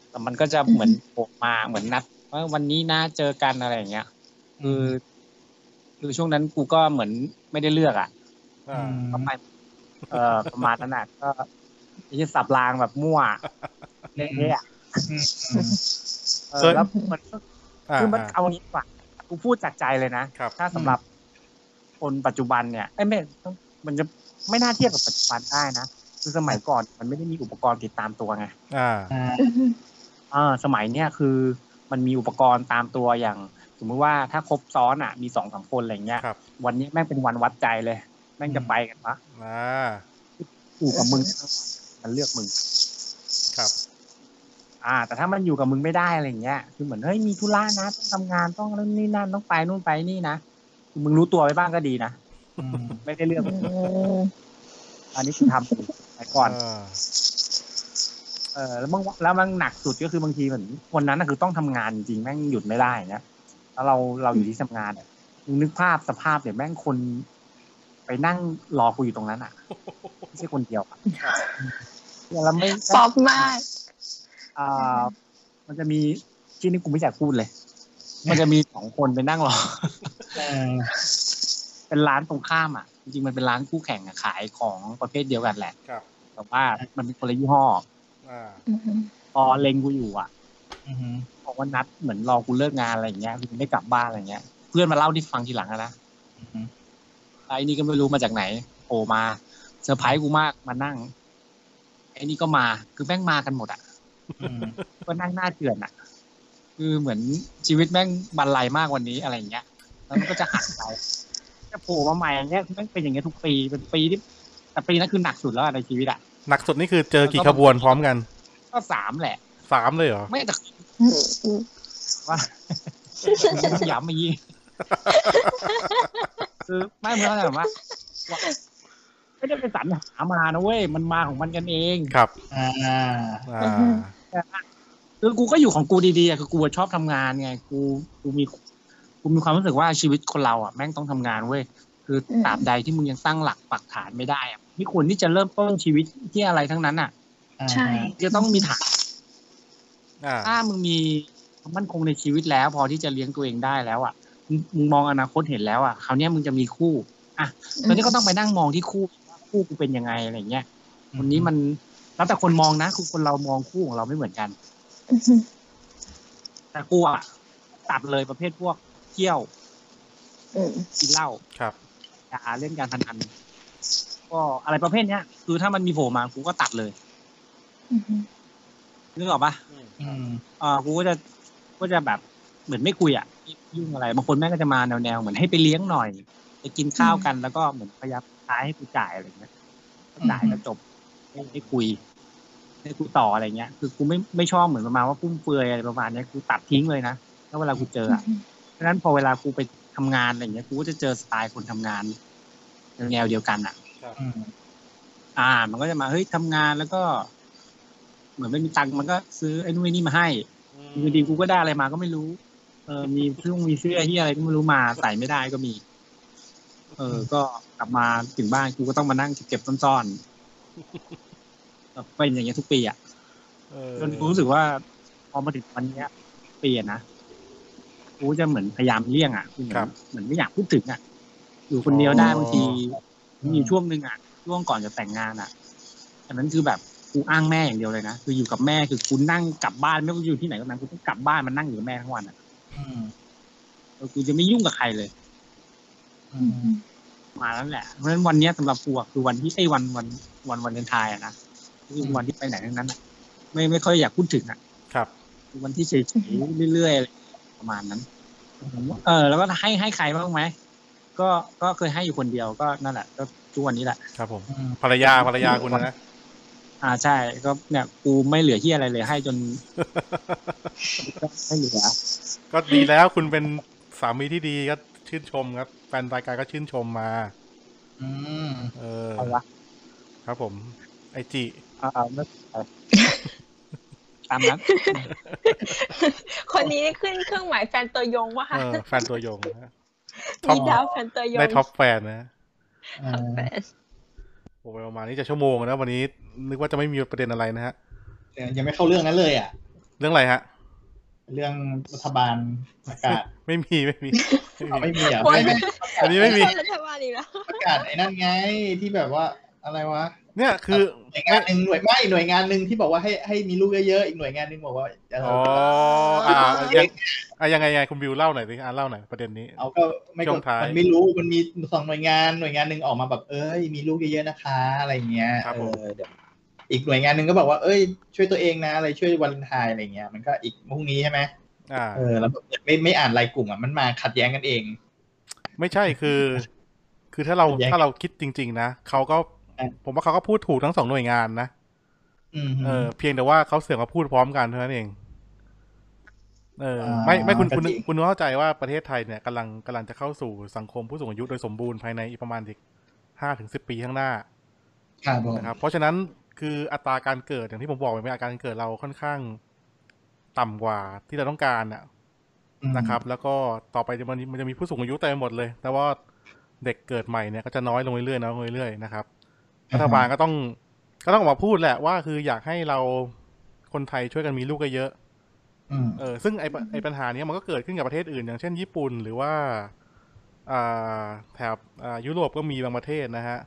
S4: แต่มันก็จะเหมือนโผล่มาเหมือนนัดว่าวันนี้นะเจอกันอะไรอย่างเงี้ย คือ คือช่วงนั้นกูก็เหมือนไม่ได้เลือกอ่ะ
S1: อ่า
S4: ก็ไปเอ่อประมาณนั้นอ่ะก็จะสับรางแบบมั่วเละๆอะ
S3: อืม
S4: เออ
S1: เคย
S4: แล้วมันก็
S1: อ่า
S4: คือมัน
S1: อ่า
S4: เอางี้ดีกว่ากูพูดจากใจเลยนะ
S1: ครับ
S4: ถ้าสำหรับคนปัจจุบันเนี่ยไอ้ยไม่ต้องมันจะไม่น่าเทียบกับปัจจุบันได้นะ คือสมัยก่อนมันไม่ได้มีอุปกรณ์ติดตามตัวไง
S1: อ่า
S3: อ่า
S4: อ่าสมัยเนี้ยคือมันมีอุปกรณ์ตามตัวอย่าง สมมติว่าถ้าครบซ้อนอ่ะมีสองสามคนอะไรเงี้ย
S1: ครับ
S4: วันนี้แม่งเป็นวันวัดใจเลย แม่งจะไปกันปะ
S1: อ่า
S4: อยู่กับมึงมันเลือกมึง
S1: ครับ
S4: อ่า แต่ถ้ามันอยู่กับมึงไม่ได้อะไรเงี้ยคือเหมือนเฮ้ยมีธุระนะต้องทำงานต้องนั่นนี่นั่นต้องไปนู่นไปนี่นะคือมึงรู้ตัวไว้บ้างก็ดีนะ
S3: อืม
S4: ไม่ได้เลือก
S2: อืม
S4: อันนี้คือทำสมัยก่อน
S1: เออ
S4: เออแล้วบางแล้วมันหนักสุดก็คือบางทีเหมือนวันนั้นน่ะคือต้องทำงานจริงแม่งหยุดไม่ได้อย่างเงี้ยแล้วเราเราอยู่ที่ทำงานอะนึกภาพสภาพเนี่ยแม่งคน ไปนั่งรอกูอยู่ตรงนั้นอ่ะไม่ใช่คนเดียวอะแล้วไม่
S2: ซอฟต์มาก
S4: อ่ามันจะมีที่นี่กูไม่อยากพูดเลย มันจะมีสองคนไปนั่งรอ
S3: เออ
S4: เป็นร้านตรงข้ามอ่ะ จริงๆมันเป็นร้านคู่แข่งอะขายของประเภทเดียวกันแหละ
S1: ครับ
S4: แต่ว่ามันเป็นคนละยี่ห้อ
S1: อ่า
S4: พอเลงกูอยู่อ่ะ
S3: อืม
S4: บอกว่านัดเหมือนรอกูเลิกงานอะไรอย่างเงี้ยกูไม่กลับบ้านอะไรเงี้ย เพื่อนมาเล่าที่ฟังทีหลังอะนะ
S3: อืม
S4: ไอ้นี่ก็ไม่รู้มาจากไหนโผล่มาเซอร์ไพรส์กูมากมานั่งไอ้นี่ก็มาคือแม่งมากันหมดอ่ะ
S3: อืม
S4: ก็นั่งหน้าเจือนอ่ะ คือเหมือนชีวิตแม่งบรรลัยมากวันนี้อะไรอย่างเงี้ยแล้วมันก็จะหักไปจะโผล่มาใหม่อย่างเงี้ยแม่งเป็นอย่างเงี้ยทุกปีเป็นปีที่แต่ปีนั้นคือหนักสุดแล้วอะในชีวิตอ่ะ
S1: หนักสุดนี่คือเจอกี่ขบวนพร้อมกัน
S4: ก็สามแหละ
S1: สามเลยเหรอ
S4: ไม่แต่ต้องย้ำมายี่คือไม่เมื่อไหร่ว่า ไม่ได้ไปสรรหามานะเว้ย มันมาของมันกันเอง
S1: ครับ
S3: อ่า
S1: อ่า
S4: คือกูก็อยู่ของกูดีๆอะคือกูชอบทำงานไง กู กูมี กูมีความรู้สึกว่าชีวิตคนเราอ่ะแม่งต้องทำงานเว้ย คือ
S2: อืม
S4: ตราบใดที่มึงยังตั้งหลักปักฐานไม่ได้อะไม่ควรที่จะเริ่มต้นชีวิตที่อะไรทั้งนั้นอ่ะ
S3: อ่า
S2: ใช่
S4: จะต้องมีฐาน
S1: อ่า
S4: ถ้ามึงมีความมั่นคงในชีวิตแล้ว พอที่จะเลี้ยงตัวเองได้แล้วอ่ะมึงมึงมองอนาคตเห็นแล้วอ่ะคราวเนี้ยมึงจะมีคู่อ่ะตอนนี้ก็ต้องไปนั่งมองที่คู่ว่าคู่กูเป็นยังไงอะไรเงี้ยคนนี้มันแล้วแต่คนมองนะคือคนเรามองคู่ของเราไม่เหมือนกัน แต่กูอ่ะตัดเลยประเภทพวกเที่ยวกินเหล้า
S1: ครับ
S4: ยาเล่นการพนันก็อะไรประเภทเนี้ย คือถ้ามันมีโผล่มากูก็ตัดเลยนึกออกปะ
S3: อืม
S4: เออกูก็จะก็จะแบบเหมือนไม่คุยอ่ะยุ่งอะไรบางคนแม่งก็จะมาแนวแนวๆเหมือนให้ไปเลี้ยงหน่อยไปกินข้าวกันแล้วก็เหมือนพยายามท้ายให้กูจ่ายอะไรเงี้ยจ่ายแล้วจบไม่ได้คุยไม่ได้คุยต่ออะไรเงี้ย คือกูไม่ไม่ชอบเหมือนประมาณว่าฟุ่มเฟือยอะไรประมาณเนี้ยกูตัดทิ้งเลยนะแล้วเวลากูเจออะเพราะฉะนั้นพอเวลากูไปทำงานอะไรเงี้ยกูก็จะเจอสไตล์คนทำงานแนวเดียวกันอ่ะ
S3: อืม
S4: อ่า มันก็จะมาเฮ้ยทำงานแล้วก็ เหมือนไม่มีตังค์มันก็ซื้อไอ้นู่นไอ้นี่มาให้ อยู่ดีกูก็ได้อะไรมาก็ไม่รู้ เออ มีเสื้อมีเสื้อที่อะไรก็ไม่รู้มาใส่ไม่ได้ก็มี เออ ก็กลับมาถึงบ้านกูก็ต้องมานั่งเก็บๆซ่อนๆแบบเป็นอย่างเงี้ยทุกปีอ่ะ
S1: เออ
S4: จนกูรู้สึกว่าพอมาถึงวันเนี้ยปีอะนะกูจะเหมือนพยายามเลี่ยงอ่ะคือเหมือนเหมือนไม่อยากพูดถึงอ่ะอยู่คนเดียวได้บางที มีช่วงหนึ่งอ่ะช่วงก่อนจะแต่งงานอ่ะอันนั้นคือแบบกูอ้างแม่อย่างเดียวเลยนะคืออยู่กับแม่คือกูนั่งกลับบ้านไม่ว่ากูอยู่ที่ไหนก็ตามกูต้องกลับบ้านมานั่งอยู่กับแม่ทั้งวันอ่ะ
S3: อืม
S4: เออกูจะไม่ยุ่งกับใครเลย
S3: อืม
S4: มาแล้วแหละเพราะฉะนั้นวันเนี้ยสำหรับกูอะคือวันที่ไอ้วันวันวันวันเลนไทายอ่ะนะคือวันที่ไปไหนทั้งนั้นอะไม่ไม่ค่อยอยากพูดถึงอ่ะ
S1: ครับ
S4: คือวันที่เฉยๆเรื่อยๆอะไรประมาณนั้น เออ แล้วก็ให้ให้ใครบ้างไหมก็ก็เคยให้อยู่คนเดียวก็นั่นแหละก็ทุกวันนี้แหละ
S1: ครับผม
S3: อืม
S1: ภรรยา ภรรยาคุณนะ
S4: อ่าใช่ก็เนี่ยกูไม่เหลือที่อะไรเลยให้จน ไม่เหลือ
S1: ก็ดีแล้วคุณเป็นสามีที่ดีก็ชื่นชมครับ แฟนรายการก็ชื่นชมมา
S3: อืม
S1: เออ
S4: เอาละ
S1: ครับผม ไอจิ
S4: เอาเอาไม่เอาตามนั้น
S2: คนนี้ขึ้นเครื่องหมายแฟนตัวยงว่า
S1: เออ แฟนตัวยงนะท็อป
S2: มีดาวแฟนตัวยง
S1: ได้ท็อปแฟนนะ
S3: เออ
S2: แฟน
S1: โอ้โหประมาณนี้จะชั่วโมงนะวันนี้ นึกว่าจะไม่มีประเด็นอะไรนะฮะ
S3: เดี๋ยวยังไม่เข้าเรื่องนั้นเลยอ่ะ
S1: เรื่องอะไรฮะ
S3: เรื่องรัฐบาลประกาศ
S1: ไม่มีไม่มีไม่
S3: เอา
S1: มี
S3: ไม่มีเหรอ่ะ
S2: โอ๊ย
S3: ไม่ไม่
S1: อันนี้ไม่มี
S2: รัฐบาลอีกแล้ว
S3: ประกาศไอ้นั่นไงที่แบบว่าอะไรวะ
S1: เนี่ยคือ
S3: หน่วยงานหนึ่งหน่วยไม่หน่วยงานหนึ่งที่บอกว่าให้ให้มีลูกเยอะๆอีกหน่วยงานหนึ่งบอกว่าเออ
S1: อ๋ออ่ายังอ่ะยังไงยังไงคุณบิวเล่าหน่อยสิอ่าเล่าหน่อยประเด็นนี้
S3: เอาก็ไม่
S1: ช่
S3: ก
S1: ว
S3: ด
S1: งท้าย
S3: มันไม่รู้มันมีสองหน่วยงานหน่วยงานหนึ่งออกมาแบบเอ้ยมีลูกเยอะๆนะคะอะไรอย่างเงี้ย
S1: ครับผม
S3: เออเดี๋ยวอีกหน่วยงานหนึ่งก็บอกว่าเอ้ย ช่วยตัวเองนะอะไรช่วยวันไทายอะไรอย่างเงี้ยมันก็อีกพรุ่งนี้ใช่ไหม
S1: อ่า
S3: เออแล้วแบบไม่ไม่อ่านรายกลุ่มอ่ะมันมาขัดแย้งกันเอง
S1: ไม่ใช่คือ คือถ้าเรา
S3: แยก
S1: ถ้าเราคิดจริง ๆ นะเขาก็
S3: อ่ะ
S1: ผมว่าเขาก็พูดถูกทั้งสองหน่วยงานนะ
S3: อืม
S1: เออเพียงแต่ว่าเขาเสือกมาพูดพร้อมกันเท่านั้นเอง เออ ไม่ไม่คุณคุณ
S3: ก็จริง
S1: คุณเข้าใจว่าประเทศไทยเนี่ยกำลังกำลังจะเข้าสู่สังคมผู้สูงอายุโดยสมบูรณ์ภายในอีกประมาณอีกห้าถึงสิบปีข้างหน้า
S3: ครับผม
S1: นะครับเพราะฉะนั้นคืออัตราการเกิดอย่างที่ผมบอกไปเป็นอัตราการเกิดเราค่อนข้างต่ำกว่าที่เราต้องการน่ะ
S3: อืม
S1: นะครับ แล้วก็ต่อไปจะมันมันจะมีผู้สูงอายุเต็มไปหมดเลย แต่ว่าเด็กเกิดใหม่เนี่ยก็จะน้อยลงเรื่อยๆน้อยลงเรื่อยๆนะครับรัฐบาลก็ต้องก็ต้องออกมาพูดแหละว่าคืออยากให้เราคนไทยช่วยกันมีลูกเยอะ
S3: อืม
S1: ๆเออซึ่งไอ้ปะไอ้ปัญหาเนี้ยมันก็เกิดขึ้นกับประเทศอื่น อย่างเช่นญี่ปุ่นหรือว่าอ่าแถบอ่ายุโรปก็มีบางประเทศนะฮะ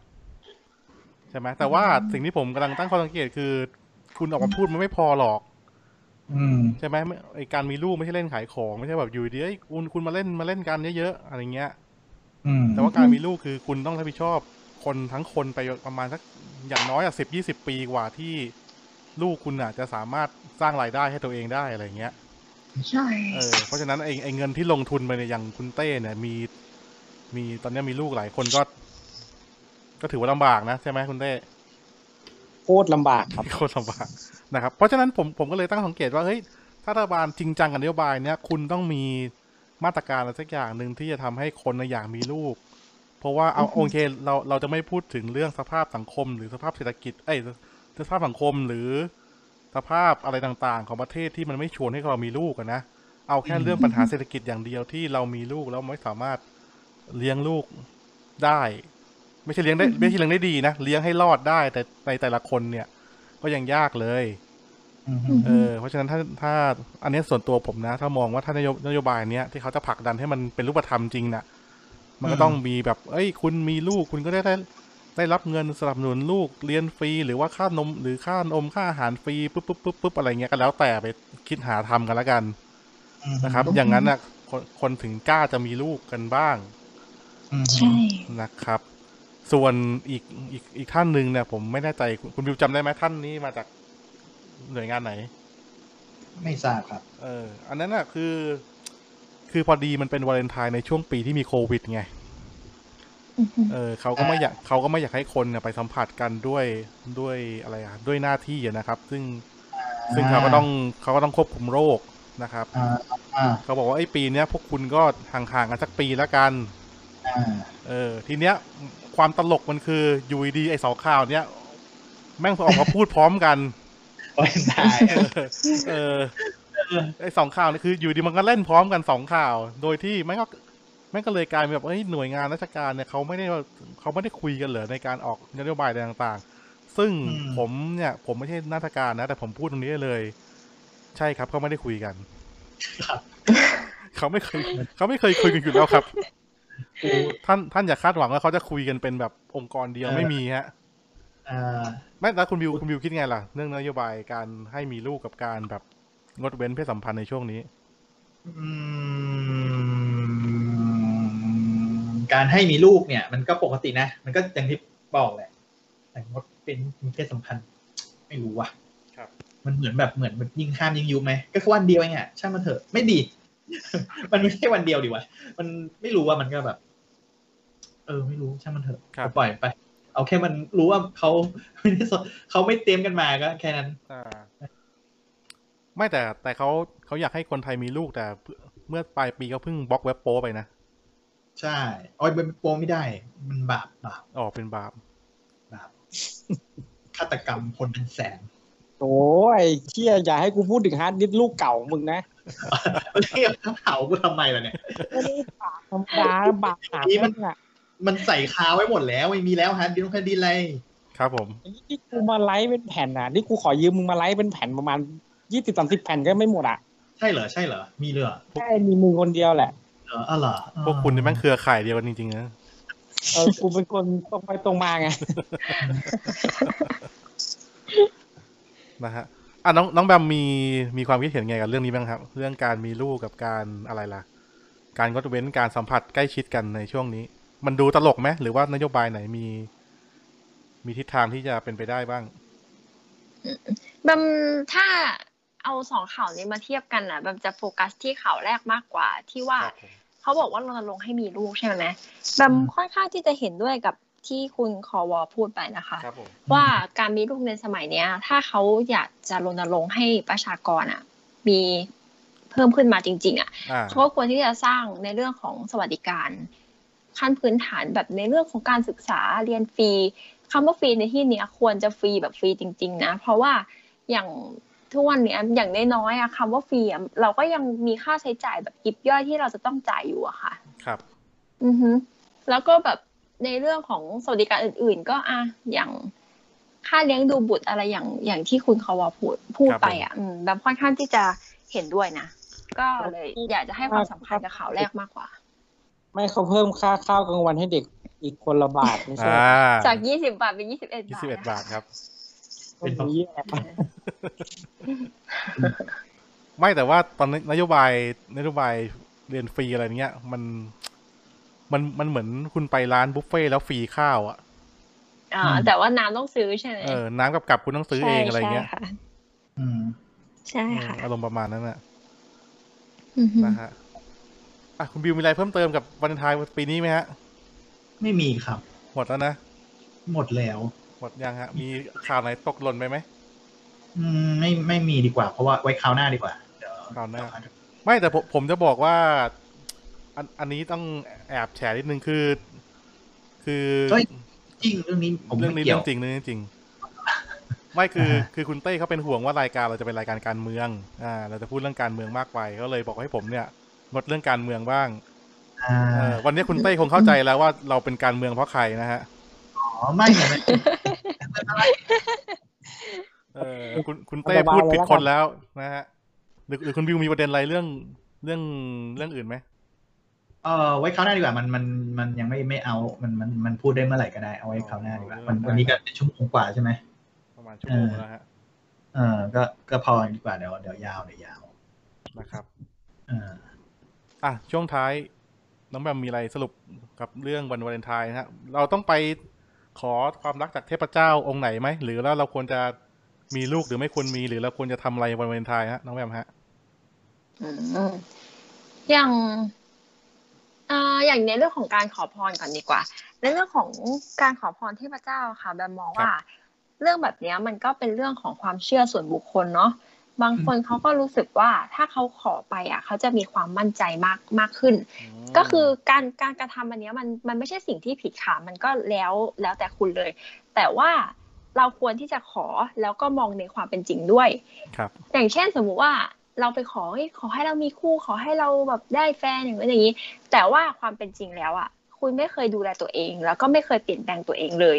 S1: ใช่ไหมแต่ว่าสิ่งที่ผมกำลังตั้งข้อสังเกตคือ คุณออกมาพูดมันไม่พอหรอก
S3: อืม
S1: ใช่ไหมไม่ไอการมีลูกไม่ใช่เล่นขายของไม่ใช่แบบอยู่ดีเอ้ยคุณคุณมาเล่นมาเล่นกันเยอะๆอะไรเงี้ย
S3: อืม
S1: แต่ว่าการมีลูกคือคุณต้องรับผิดชอบคนทั้งคนไปประมาณสักอย่างน้อยอ่ะสิบยี่สิบปีกว่าที่ลูกคุณอ่ะจะสามารถสร้างรายได้ให้ตัวเองได้อะไรเงี้ย
S2: ใช่
S1: เออเพราะฉะนั้นไอไอเงินที่ลงทุนไปเนี่ยอย่างคุณเต้เนี่ยมี มีตอนเนี้ยมีลูกหลายคนก็ ก็ถือว่าลำบากนะใช่ไหมคุณเต้
S4: โคตรลำบากครับ
S1: โคตรลำบากนะครับ เพราะฉะนั้นผมผมก็เลยตั้งสังเกตว่าเฮ้ยถ้ารัฐบาลจริงจังกับนโยบายเนี้ยคุณต้องมีมาตรการอะไรสักอย่างหนึ่งที่จะทำให้คนน่ะอยากมีลูก เพราะว่าเอาโอเคเราเราจะไม่พูดถึงเรื่องสภาพสังคม หรือสภาพเศรษฐกิจเอ้ยสภาพสังคมหรือสภาพอะไรต่างๆ ของประเทศที่มันไม่ชวนให้เรามีลูกอะนะเอาแค่เรื่องปัญหาเศรษฐกิจอย่างเดียวที่เรามีลูกแล้วไม่สามารถเลี้ยงลูกได้ ไม่ใช่เลี้ยง ได้ไม่ใช่เลี้ยงได้ดีนะเลี้ยงให้รอดได้ แต่ในแต่ละคนเนี่ย ก็ยังยากเลย
S3: อืม
S1: เออ เพราะฉะนั้นถ้าถ้าอันเนี้ยส่วนตัวผมนะ ถ้ามองว่าถ้านโยนโยบายเนี้ยที่เขาจะผลักดันให้มันเป็นรูปธรรมจริงน่ะ มันก็ต้องมีแบบ เอ้ย คุณมีลูกคุณก็ได้ได้ได้รับเงินสนับสนุนลูกเรียนฟรีหรือว่าค่านมหรือค่านมค่าอาหารฟรีปุ๊บปุ๊บปุ๊บปุ๊บอะไรเงี้ยก็แล้วแต่ไปคิดหาทำกันละกัน
S3: อืม
S1: นะครับ อย่างนั้นน่ะคนคนถึงกล้าจะมีลูกกันบ้าง
S3: อืม
S2: ใช่
S1: นะครับ ส่วนอีกอีกอีกท่านหนึ่งเนี่ยผมไม่แน่ใจคุณคุณบิวจำได้ไหมท่านนี้มาจากหน่วยงานไหน
S3: ไม่ทราบครับ
S1: เออ อันนั้นอะคือ คือพอดีมันเป็นวาเลนไทน์ในช่วงปีที่มีโควิดไง
S2: อือฮึ
S1: เออเขาก็ไม่อยากเขาก็ไม่อยากให้คนเนี่ยไปสัมผัสกันด้วยด้วยอะไรอะด้วยหน้าที่อะนะครับ ซึ่งซึ่งเขาก็ต้องเขาก็ต้องควบคุมโรคนะครับ
S3: อ่าอ่า
S1: เขาบอกว่าไอ้ปีเนี้ยพวกคุณก็ห่างๆกันสักปีแล้วกัน
S3: อ่า
S1: เออ ทีเนี้ยความตลกมันคืออยู่ดีๆไอ้สองข่าวเนี้ยแม่งออกมาพูดพร้อมกัน
S3: โอ้ยตาย
S1: เอ อเออไอสองข่าวนี่คืออยู่ดีมันก็เล่นพร้อมกันสองข่าว โดยที่ไม่ก็ไม่งก็เลยกลายเป็นแบบเอ้ยหน่วยงานราชการเนี่ยเขาไม่ได้ว่าเขาไม่ได้คุยกันเหรอในการออกนโยบายอะไรต่างๆ ซึ่งผมเนี่ยผมไม่ใช่นาฏการนะ แต่ผมพูดตรงนี้ได้เลย ใช่ครับเขาไม่ได้คุยกันเขาไม่เคยเขาไม่เคยคุยกันอยู่แล้วครับ
S3: กู
S1: ท่านท่านอย่าคาดหวังว่าเขาจะคุยกันเป็นแบบองค์กรเดียวไม่มีฮะ
S3: อ่า
S1: ไม่แล้วคุณบิวคุณบิวคิดไงล่ะ เรื่องนโยบายการให้มีลูกกับการแบบงดเว้นเพศสัมพันธ์ในช่วงนี้
S3: อืมการให้มีลูกเนี่ย มันก็ปกตินะ มันก็อย่างที่บอกแหละ แต่งดเป็นเพศสัมพันธ์ไม่รู้ว่ะ
S1: ครับ
S3: มันเหมือนแบบเหมือนมันยิ่งข้ามยิ่งยุบไหมก็แค่วันเดียวเองอะช่างมันเถอะไม่ดี มันไม่ใช่วันเดียวดีวะมันไม่รู้ว่ามันก็แบบ เออ ไม่รู้ช่างมันเถอะ
S1: ครับ
S3: ปล่อยไป เอาแค่มันรู้ว่าเขา ไม่ได้สนเขาไม่เตรียมกันมาก็แค่นั้น
S1: อ่าไม่แต่แต่เขาเขาอยากให้คนไทยมีลูกแต่เพื่อเมื่อปลายปีเขาเพิ่งบล็อกเว็บโป้ไปนะ
S3: ใช่โอ้ยเป็นโปรไม่ได้ มันบาปบาป
S1: อ๋อเป็นบาป
S3: นะครับ ฆาตกรรมคนเป็นแสน
S4: โอ้ยเชี่ยอย่าให้กูพูดถึงฮาร์ดดิสก์ลูกเก่ามึงนะ
S3: เรียกเผากูทำไมล่ะเนี่ย
S4: ธรรมดาบาปหนา
S3: นี่มั
S4: มัน นอ่ะ
S3: มันใส่คาไว้หมดแล้วไม่มีแล้วฮะดินคดีอะไร
S1: ครับผม
S4: ไอ้ที่กูมาไลฟ์เป็นแผ่นอ่ะนี่กูขอยืมมึงมาไลฟ์เป็นแผ่นประมาณยี่สิบสามสิบแผ่นก็ไม่หมดอ่ะ
S3: ใ ช่เหรอใช่เหรอมีเลยเหรอ
S5: ใช่มีมึงคนเดียวแหละ
S3: เอออ๋อเหรออ๋อ
S1: พวกคุณนี่แม่งเครือข่ายเดียวกันจริงๆนะ
S5: เออกูเป็นคนตรงไปตรงมาไง
S1: นะฮะอ่ะน้องน้องแบมมีมีความคิดเห็นไงกับเรื่องนี้บ้างครับ เรื่องการมีลูกกับการอะไรล่ะ การงดเว้นการสัมผัสใกล้ชิดกันในช่วงนี้ มันดูตลกไหมหรือว่านโยบายไหนมี มีทิศทางที่จะเป็นไปได้บ้าง
S2: แบมถ้าเอาสองข่าวนี้มาเทียบกันนะแบมจะโฟกัสที่ข่าวแรกมากกว่าที่ว่า เขาบอกว่ารณรงค์ให้มีลูกใช่ไหมแบมค่อนข้างที่จะเห็นด้วยกับที่คุณคอวอพูดไปนะคะ
S1: ครับผม
S2: ว่าการมีลูกในสมัยเนี้ย ถ้าเขาอยากจะรณรงค์ให้ประชากรอ่ะ มีเพิ่มขึ้นมาจริง ๆ อ่ะ
S1: อ่า
S2: เขาก็ควรที่จะสร้างในเรื่องของสวัสดิการ ขั้นพื้นฐานแบบในเรื่องของการศึกษาเรียนฟรีคำว่าฟรีในที่เนี้ยควรจะฟรีแบบฟรีจริง ๆ นะ เพราะว่าอย่างทุกวันเนี้ยอย่างน้อยๆอะคำว่าฟรีอะเราก็ยังมีค่าใช้จ่ายแบบยิบย่อยที่เราจะต้องจ่ายอยู่อะค่ะ
S1: ครับ
S2: อือฮึแล้วก็แบบในเรื่องของสวัสดิการอื่น ๆ ก็อ่ะอย่างค่าเลี้ยงดูบุตรอะไรอย่างอย่างที่คุณคาวาพูดพูดไปอ่ะ อืมแบบค่อนข้างที่จะเห็นด้วยนะก็เลย อยากจะให้ความสำคัญกับข่าวแรกมากกว่า
S5: ไม่เขาเพิ่มค่าข้าวกลางวันให้เด็กอีกคนละบาทไม่ใช่
S1: อ่า
S2: จากยี่สิบบาทเป็นยี่สิบเอ็ด
S1: ยี่
S2: บาท
S1: สิบเอ็ด
S2: นะคะ
S1: บาทครับ
S5: คนนี้แหละ
S1: ไม่แต่ว่าตอนนี้นโยบายนโยบายเรียนฟรีอะไรเงี้ย มันมันมันเหมือนคุณไปร้านบุฟเฟ่ต์แล้วฟรีข้าวอะ่ะ
S2: อ่าแต่ว่าน้ำต้องซื้อใช่ไหม
S1: เออน้ำกับกับคุณต้องซื้อเองอะไรเงี้ย
S2: ใช่ค่ะ
S3: อืม
S2: ใช่ค่ะ
S1: เอออารมณ์ประมาณนั้นน่ะ
S2: อือฮึ
S1: นะฮะอ่ะคุณบิวมีอะไรเพิ่มเติมกับวันทายปีนี้ไหมฮะ
S3: ไม่มีครับ
S1: หมดแล้วนะ
S3: หมดแล้ว
S1: หมดยังฮะ มีข่าวไหนตกหล่นไปไหม
S3: อืมไม่ไม่มีดีกว่า เพราะว่าไว้คราวหน้าดีกว่าเดี๋ยว
S1: ข่าวหน้า ไม่แต่ผมผมจะบอกว่า อันอันนี้ต้องแอบแฉนิดนึงคือ คือ
S3: เฮ้ยจริงเรื่องนี้ผม
S1: เรื่อง
S3: ไม่
S1: นี้
S3: เกี่
S1: เรื่
S3: ย
S1: อ
S3: ว
S1: งจริงเรื่องจริง ไม่คือ
S3: อ่า
S1: คือคุณเต้เขาเป็นห่วงว่ารายการเราจะเป็นรายการการเมือง อ่า เราจะพูดเรื่องการเมืองมากไปก็เลยบอกให้ผมเนี่ยงดเรื่องการเมืองบ้าง
S3: อ่า
S1: เออวันนี้คุณเต้คงเข้าใจแล้วว่าเราเป็นการเมืองเพราะใครนะฮะ
S3: อ๋อไม่เนี่ยมัน
S1: เอ อคุณคุณเต้พูดผิดคนแล้วนะฮะหรือหรือคุณบิวมีประเด็นอะไรเรื่องเรื่องเรื่องอื่นไหม
S3: เออไว้คราวหน้าดีกว่ามันมันมันยังไม่ไม่เอามันมันมันพูดได้เมื่อไหร่ก็ได้เอาไว้คราวหน้าดีกว่าวันวันนี้ก็ชั่วโมงกว่าใช่ไหม
S1: ประมาณชั่วโมงแล้วฮะ
S3: เออก็ก็พอดีกว่าเดี๋ยวเดี๋ยวยาวเดี๋ยวยาว
S1: นะครับ
S3: เออ
S1: อ่ะช่วงท้าย น้องแบมมีอะไรสรุปกับเรื่องวันวาเลนไทน์นะฮะเราต้องไปขอความรักจากเทพเจ้าองค์ไหนไหมหรือแล้วเราควรจะมีลูกหรือไม่ควรมีหรือเราควรจะทำอะไรวันวาเลนไทน์ฮะน้องแบมฮะ
S2: อืมอย่างเอ่ออย่างในเรื่องของการขอพรก่อนดีกว่า ในเรื่องของการขอพรเทพเจ้าค่ะแบมมองว่า เรื่องแบบเนี้ยมันก็เป็นเรื่องของความเชื่อส่วนบุคคลเนาะบางคนเขาก็รู้สึกว่าถ้าเขาขอไปอ่ะเขาจะมีความมั่นใจมากมากขึ้น ก็คือการการกระทำอันเนี้ยมันมันไม่ใช่สิ่งที่ผิดค่ะมันก็แล้วแล้วแต่คุณเลย แต่ว่าเราควรที่จะขอแล้วก็มองในความเป็นจริงด้วย
S1: ครับ
S2: อย่างเช่นสมมุติว่าเราไปขอเฮ้ยขอให้เรามีคู่ขอให้เราแบบได้แฟนอย่างนี้นอย่างนี้ แต่ว่าความเป็นจริงแล้วอ่ะ คุณไม่เคยดูแลตัวเอง แล้วก็ไม่เคยเปลี่ยนแปลงตัวเองเลย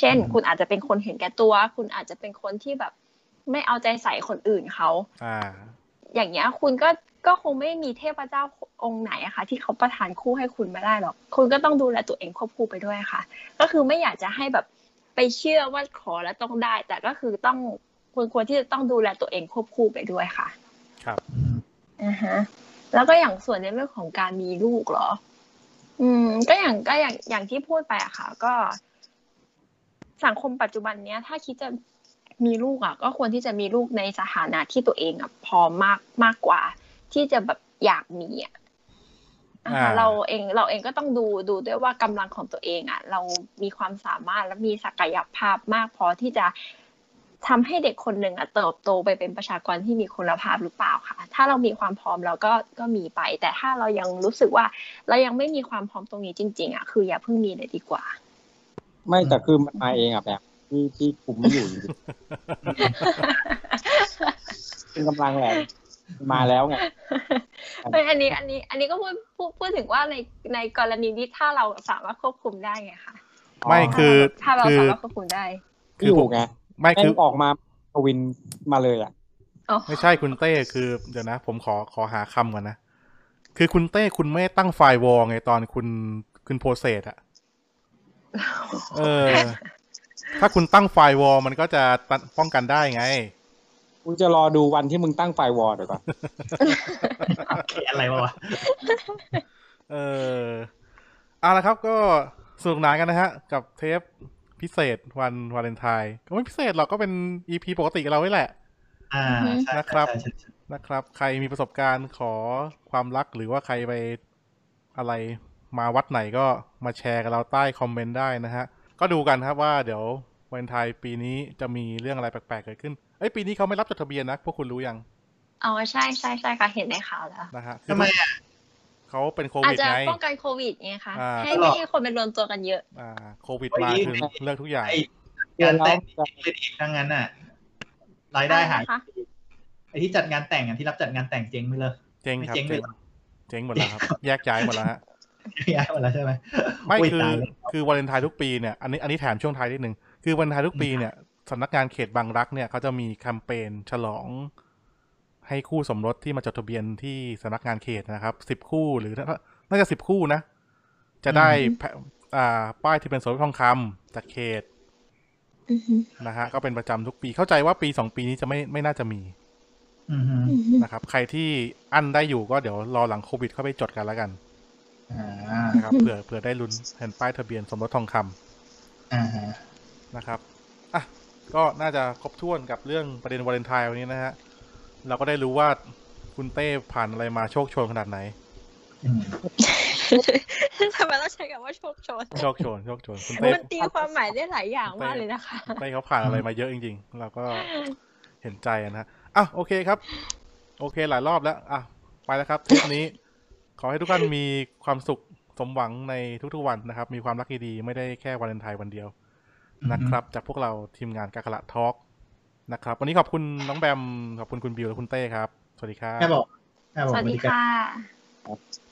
S2: เช่น คุณอาจจะเป็นคนเห็นแก่ตัว คุณอาจจะเป็นคนที่แบบไม่เอาใจใส่คนอื่นเขา
S1: อ่า
S2: อย่างเงี้ยคุณก็ก็คงไม่มีเทพเจ้าองค์ไหนอะค่ะที่เขาประทานคู่ให้คุณไม่ได้หรอก คุณก็ต้องดูแลตัวเองควบคู่ไปด้วยค่ะ ก็คือไม่อยากจะให้แบบไปเชื่อว่าขอแล้วต้องได้ แต่ก็คือต้องคุณควรที่จะต้องดูแลตัวเองควบคู่ไปด้วยค่ะ
S1: ครับ
S3: อืม
S2: อ่าฮะแล้วก็อย่างส่วนในเรื่องของการมีลูกเหรอ อืม ก็อย่างก็อย่างอย่างที่พูดไปอะค่ะ ก็ สังคมปัจจุบันเนี้ย ถ้าคิดจะมีลูกอ่ะ ก็ควรที่จะมีลูกในสถานะที่ตัวเองอ่ะพร้อมมากมากกว่า ที่จะแบบอยากมีอ่ะอ่า
S1: อ่า
S2: เราเองเราเองก็ต้องดูดูด้วยว่ากำลังของตัวเองอ่ะ เรามีความสามารถและมีศักยภาพมากพอที่จะทำให้เด็กคนหนึ่งอ่ะเติบโตไปเป็นประชากรที่มีคุณภาพหรือเปล่าค่ะ ถ้าเรามีความพร้อมเราก็ก็มีไป แต่ถ้าเรายังรู้สึกว่า เรายังไม่มีความพร้อมตรงนี้จริง ๆอ่ะคืออย่าเพิ่งมีเลยดีกว่า
S5: ไม่แต่คือมันมาเองอ่ะแบบที่ที่คุมไม่อยู่จริงๆเป็นกำลังแหละมาแล้วไง
S2: เอ้ยอันนี้อันนี้ อันนี้ก็พูดพูดพูดถึงว่าในในกรณีที่ถ้าเราสามารถควบคุมได้ไงคะ
S1: ไม่คือ
S2: ถ้าเรา
S1: คือ
S2: สามารถควบคุมได้
S1: คือ
S5: อยู่
S1: ผม
S5: ไง
S1: ไม่
S5: แม่
S1: คื
S5: ง
S1: อ
S5: ออกมาทวินมาเลยอ่ะ
S2: อ๋อ
S1: ไม่ใช่คุณเต้คือเดี๋ยวนะ ผมขอขอหาคำก่อนนะ คือคุณเต้คุณไม่ตั้งไฟวอลไงตอนคุณคุณโพเซสอะเออ ถ้าคุณตั้งไฟวอลมันก็จะตัดป้องกันได้ไง
S4: กูจะรอดูวันที่มึงตั้งไฟวอร์เดี๋ยวก่อน
S3: โอเคอะไรวะ
S1: เออเอาละครับก็สนุกหนานกันนะฮะ กับเทปพิเศษวันวาเลนไทน์ก็ไม่พิเศษหรอกก็เป็นอีพีปกติเราไว้แหละ
S3: อ่าใช่
S1: นะครับ
S3: ใช่ใช่ใช่
S1: นะครับ ใครมีประสบการณ์ขอความรักหรือว่าใครไปอะไรมาวัดไหนก็มาแชร์กับเราใต้คอมเมนต์ได้นะฮะ ก็ดูกันครับว่าเดี๋ยววันไทยปีนี้จะมีเรื่องอะไรแปลกๆเกิดขึ้น เอ้ยปีนี้เขาไม่รับจดทะเบียนนะ พวกคุณรู้ยัง
S2: อ๋อใช่ใช่ใช่ค่ะเห็นในข่าวแล้ว
S1: นะฮะ
S3: ทำไมอะ
S1: เขาเป็นโค
S2: อาจ
S1: วิด
S2: จะ
S1: ไง
S2: ป้องกันโควิดไงคะ
S1: อ่า
S2: ให้ไม่ให้คนไปรวมตัวกันเยอะ
S1: อ่าโควิดมาถึงเลิกทุกอย่าง
S3: ไอ้งานแต่งนี่เป็นอีกทั้งนั้นอ่ะรายได้หาย
S2: อะไรนะคะ
S3: ไอ้ที่จัดงานแต่งอ่ะที่รับจัดงานแต่งเจ๊งไปเลย
S1: เจ๊งครับ
S3: ไม่เจ๊
S1: เจ๊ง
S3: งเลยเหรอ
S1: เจ๊งหมดแล้วครับ แยกย้ายหมดแล้วฮะ
S3: ย้ายหมดแล้วใช่ไหม
S1: ไม่
S3: โย
S1: คือ
S3: ตายแล้ว
S1: คือวาเลนไทน์ทุกปีเนี่ยอันนี้อันนี้แถมช่วงท้ายนิดนึงคือวาเลนไทน์ทุกปีเนี่ยสำนักงานเขตบางรักเนี่ยเขาจะมีแคมเปญฉลอง ให้คู่สมรสที่มาจดทะเบียนที่สำนักงานเขตนะครับสิบคู่หรือน่าจะสิบคู่นะ จะได้แพะอ่าป้ายที่เป็นสมรสทองคำจากเขต
S2: อือฮึ
S1: นะฮะก็เป็นประจำทุกปีเข้าใจว่าปีสองปีนี้จะไม่ไม่น่าจะมี
S3: อือฮึ
S2: อือฮึ
S1: นะครับใครที่อั้นได้อยู่ก็เดี๋ยวรอหลังโควิดเข้าไปจดกันแล้วกัน
S3: อ่า
S1: นะครับเผื่อเผื่อได้ลุ้นเห็นป้ายทะเบียนสมรสทองคำ
S3: อ่าฮะ
S1: นะครับ อ่ะ ก็น่าจะครบถ้วนกับเรื่องประเด็นวาเลนไทน์วันนี้นะฮะ เราก็ได้รู้ว่าคุณเต้ผ่านอะไรมาโชคโชนขนาดไหน
S3: อืม
S2: ทำไมต้องใช้คำว่าโชคโชน
S1: โชคโชน โชคโชน คุณเต้
S2: มันตีความหมายได้หลายอย่างมากเลยนะคะ
S1: เต้เขาผ่านอะไรมาเยอะจริงๆ เราก็เห็นใจนะฮะ อ่ะ โอเคครับ โอเคหลายรอบแล้ว อ่ะ ไปแล้วครับเทปนี้ ขอให้ทุกท่านมีความสุขสมหวังในทุกๆวันนะครับ มีความรักดีๆ ไม่ได้แค่วาเลนไทน์วันเดียว นะครับจากพวกเราทีมงานกากละทอล์กนะครับ วันนี้ขอบคุณน้องแบม ขอบคุณคุณบิวและคุณเต้ครับ สวัสดีครับ
S3: แม่บอกแม่บอก
S2: สวัส
S3: สวัส
S2: ดี
S3: ดีครับ
S2: ค่ะ
S4: ครับ